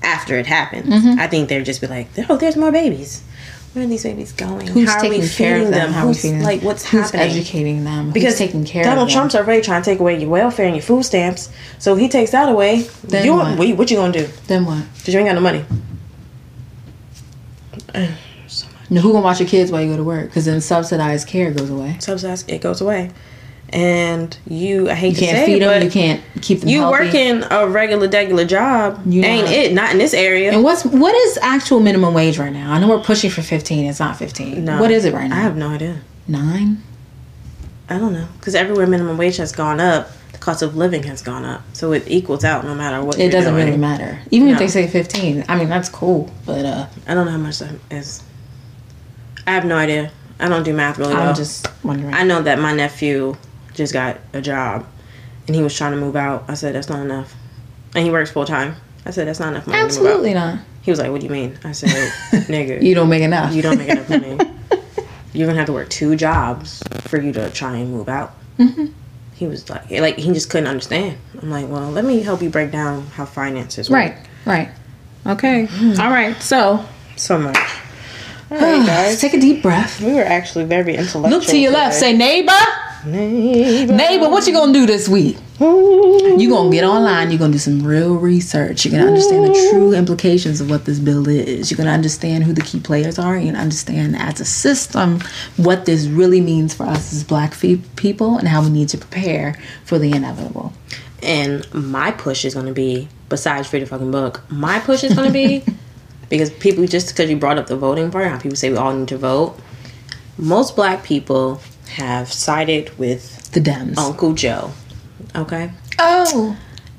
B: after it happens. I think they'd just be like, oh, there's more babies. Where are these babies going?
C: Who's
B: how are we
C: taking
B: feeding
C: care of them?
B: them?
C: How are we
B: Who's,
C: feeding them?
B: Like, what's
C: Who's
B: happening?
C: educating them?
B: because
C: Who's taking care of
B: Donald
C: them?
B: Trump's already trying to take away your welfare and your food stamps. So if he takes that away,
C: Then
B: you
C: what?
B: what? what you gonna do?
C: Then what?
B: Cause you ain't got no money. so much.
C: Now, who gonna watch your kids while you go to work? Because then subsidized care goes away.
B: subsidized it goes away and you i hate
C: You
B: to
C: can't
B: say
C: feed
B: it,
C: them.
B: but
C: You can't keep them.
B: you
C: healthy.
B: working a regular regular job
C: You know
B: ain't
C: how-
B: it not in this area
C: And what's what is actual minimum wage right now? I know we're pushing for fifteen. It's not fifteen.
B: No.
C: What is it right now?
B: i have no idea
C: nine.
B: i don't know because everywhere minimum wage has gone up the cost of living has gone up so it equals out no matter what
C: It
B: you're
C: doesn't
B: doing.
C: really matter. Even
B: No.
C: if they say fifteen, I mean that's cool. But uh,
B: i don't know how much that is i have no idea i don't do math really well
C: I'm just wondering.
B: uh, I know that my nephew just got a job and he was trying to move out. I said, that's not enough. And he works full time. I said, that's not enough money. To move
C: Absolutely
B: out.
C: not.
B: He was like, what do you mean? I said,
C: [LAUGHS]
B: nigga,
C: You don't make enough.
B: you don't make enough money. You're going to have to work two jobs for you to try and move out.
C: Mm-hmm.
B: He was like, like he just couldn't understand. I'm like, well, let me help you break down how finances work.
C: [LAUGHS] right. Right. Okay.
B: Hmm.
C: All right. So
B: So much. All right,
C: [SIGHS]
B: guys.
C: take a deep breath.
B: We were actually very intellectual.
C: Look to your left.
B: today.
C: Say neighbor. Neighbor, what you gonna do this week? You gonna get online. You're gonna do some real research. You're gonna understand the true implications of what this bill is. You're gonna understand who the key players are. You're gonna understand as a system what this really means for us as Black fe- people and how we need to prepare for the inevitable.
B: And my push is going to be, besides read a fucking book, my push is going
C: [LAUGHS]
B: to be because people, just because you brought up the voting part, how people say we all need to vote. Most black people have sided with Oh.
C: The Dems.
B: Uncle Joe. Okay?
C: Oh,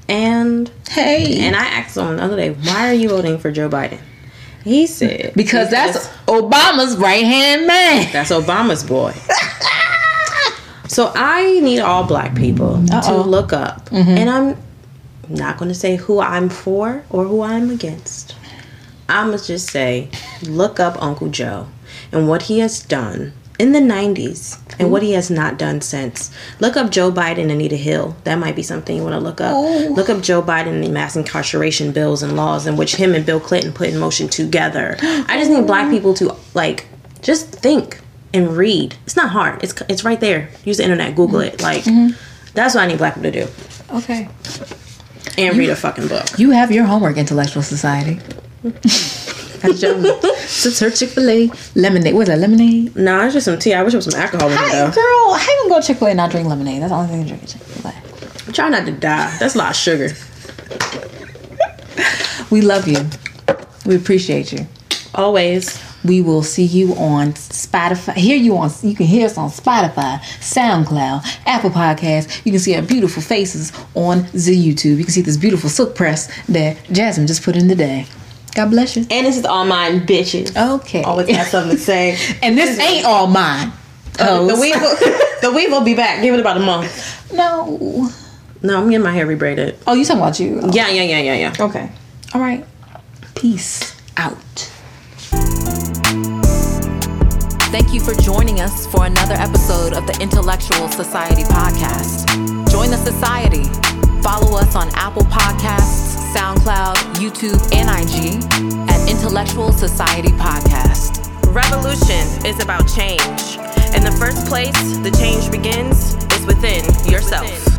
B: And
C: hey.
B: and I asked him the other day, why are you voting for Joe Biden? He said
C: because that's Obama's right hand man.
B: [LAUGHS] that's Obama's boy. so I need all black people
C: Uh-oh. Mm-hmm.
B: to look up, and I'm not going to say who I'm for or who I'm against. I'm gonna just say, look up Uncle Joe and what he has done in the 90s and what he has not done since. Look up Joe Biden and Anita Hill. That might be something you want to look up. Look up Joe Biden and mass incarceration bills and laws in which him and Bill Clinton put in motion together. I just need black people to like just think and read. It's not hard. It's it's right there. Use the internet, Google it. Like that's what I need black people to do.
C: Okay.
B: And read a fucking book.
C: You have your homework, Intellectual Society. That's Joe. Sips her Chick fil A lemonade. What is that, lemonade?
B: Nah, it's just some tea. I wish it was some alcohol in it
C: Hey,
B: though.
C: girl, I even go to Chick fil A and not drink lemonade. That's the only thing I drink at Chick fil A.
B: Try not to die. That's a lot of sugar.
C: We love you. We appreciate you.
B: Always.
C: We will see you on Spotify. Hear you on. You can hear us on Spotify, SoundCloud, Apple Podcasts. You can see our beautiful faces on the YouTube. You can see this beautiful silk press that Jasmine just put in today. God bless you.
B: And this is all mine, bitches.
C: Okay.
B: Always have something to say. [LAUGHS]
C: [LAUGHS] and this ain't all [LAUGHS] mine.
B: the
C: hoes.
B: weave, will, [LAUGHS] the weave will be back. Give it about a month.
C: [LAUGHS] No.
B: No, I'm getting my hair rebraided.
C: Oh, you talking about you?
B: Yeah, yeah, yeah, yeah, yeah.
C: Okay. All right. Peace out.
A: Thank you for joining us for another episode of the Intellectual Society Podcast. Join the Society. Follow us on Apple Podcasts, SoundCloud, YouTube, and IG at Intellectual Society Podcast.
E: Revolution is about change. In the first place, the change begins is within yourself.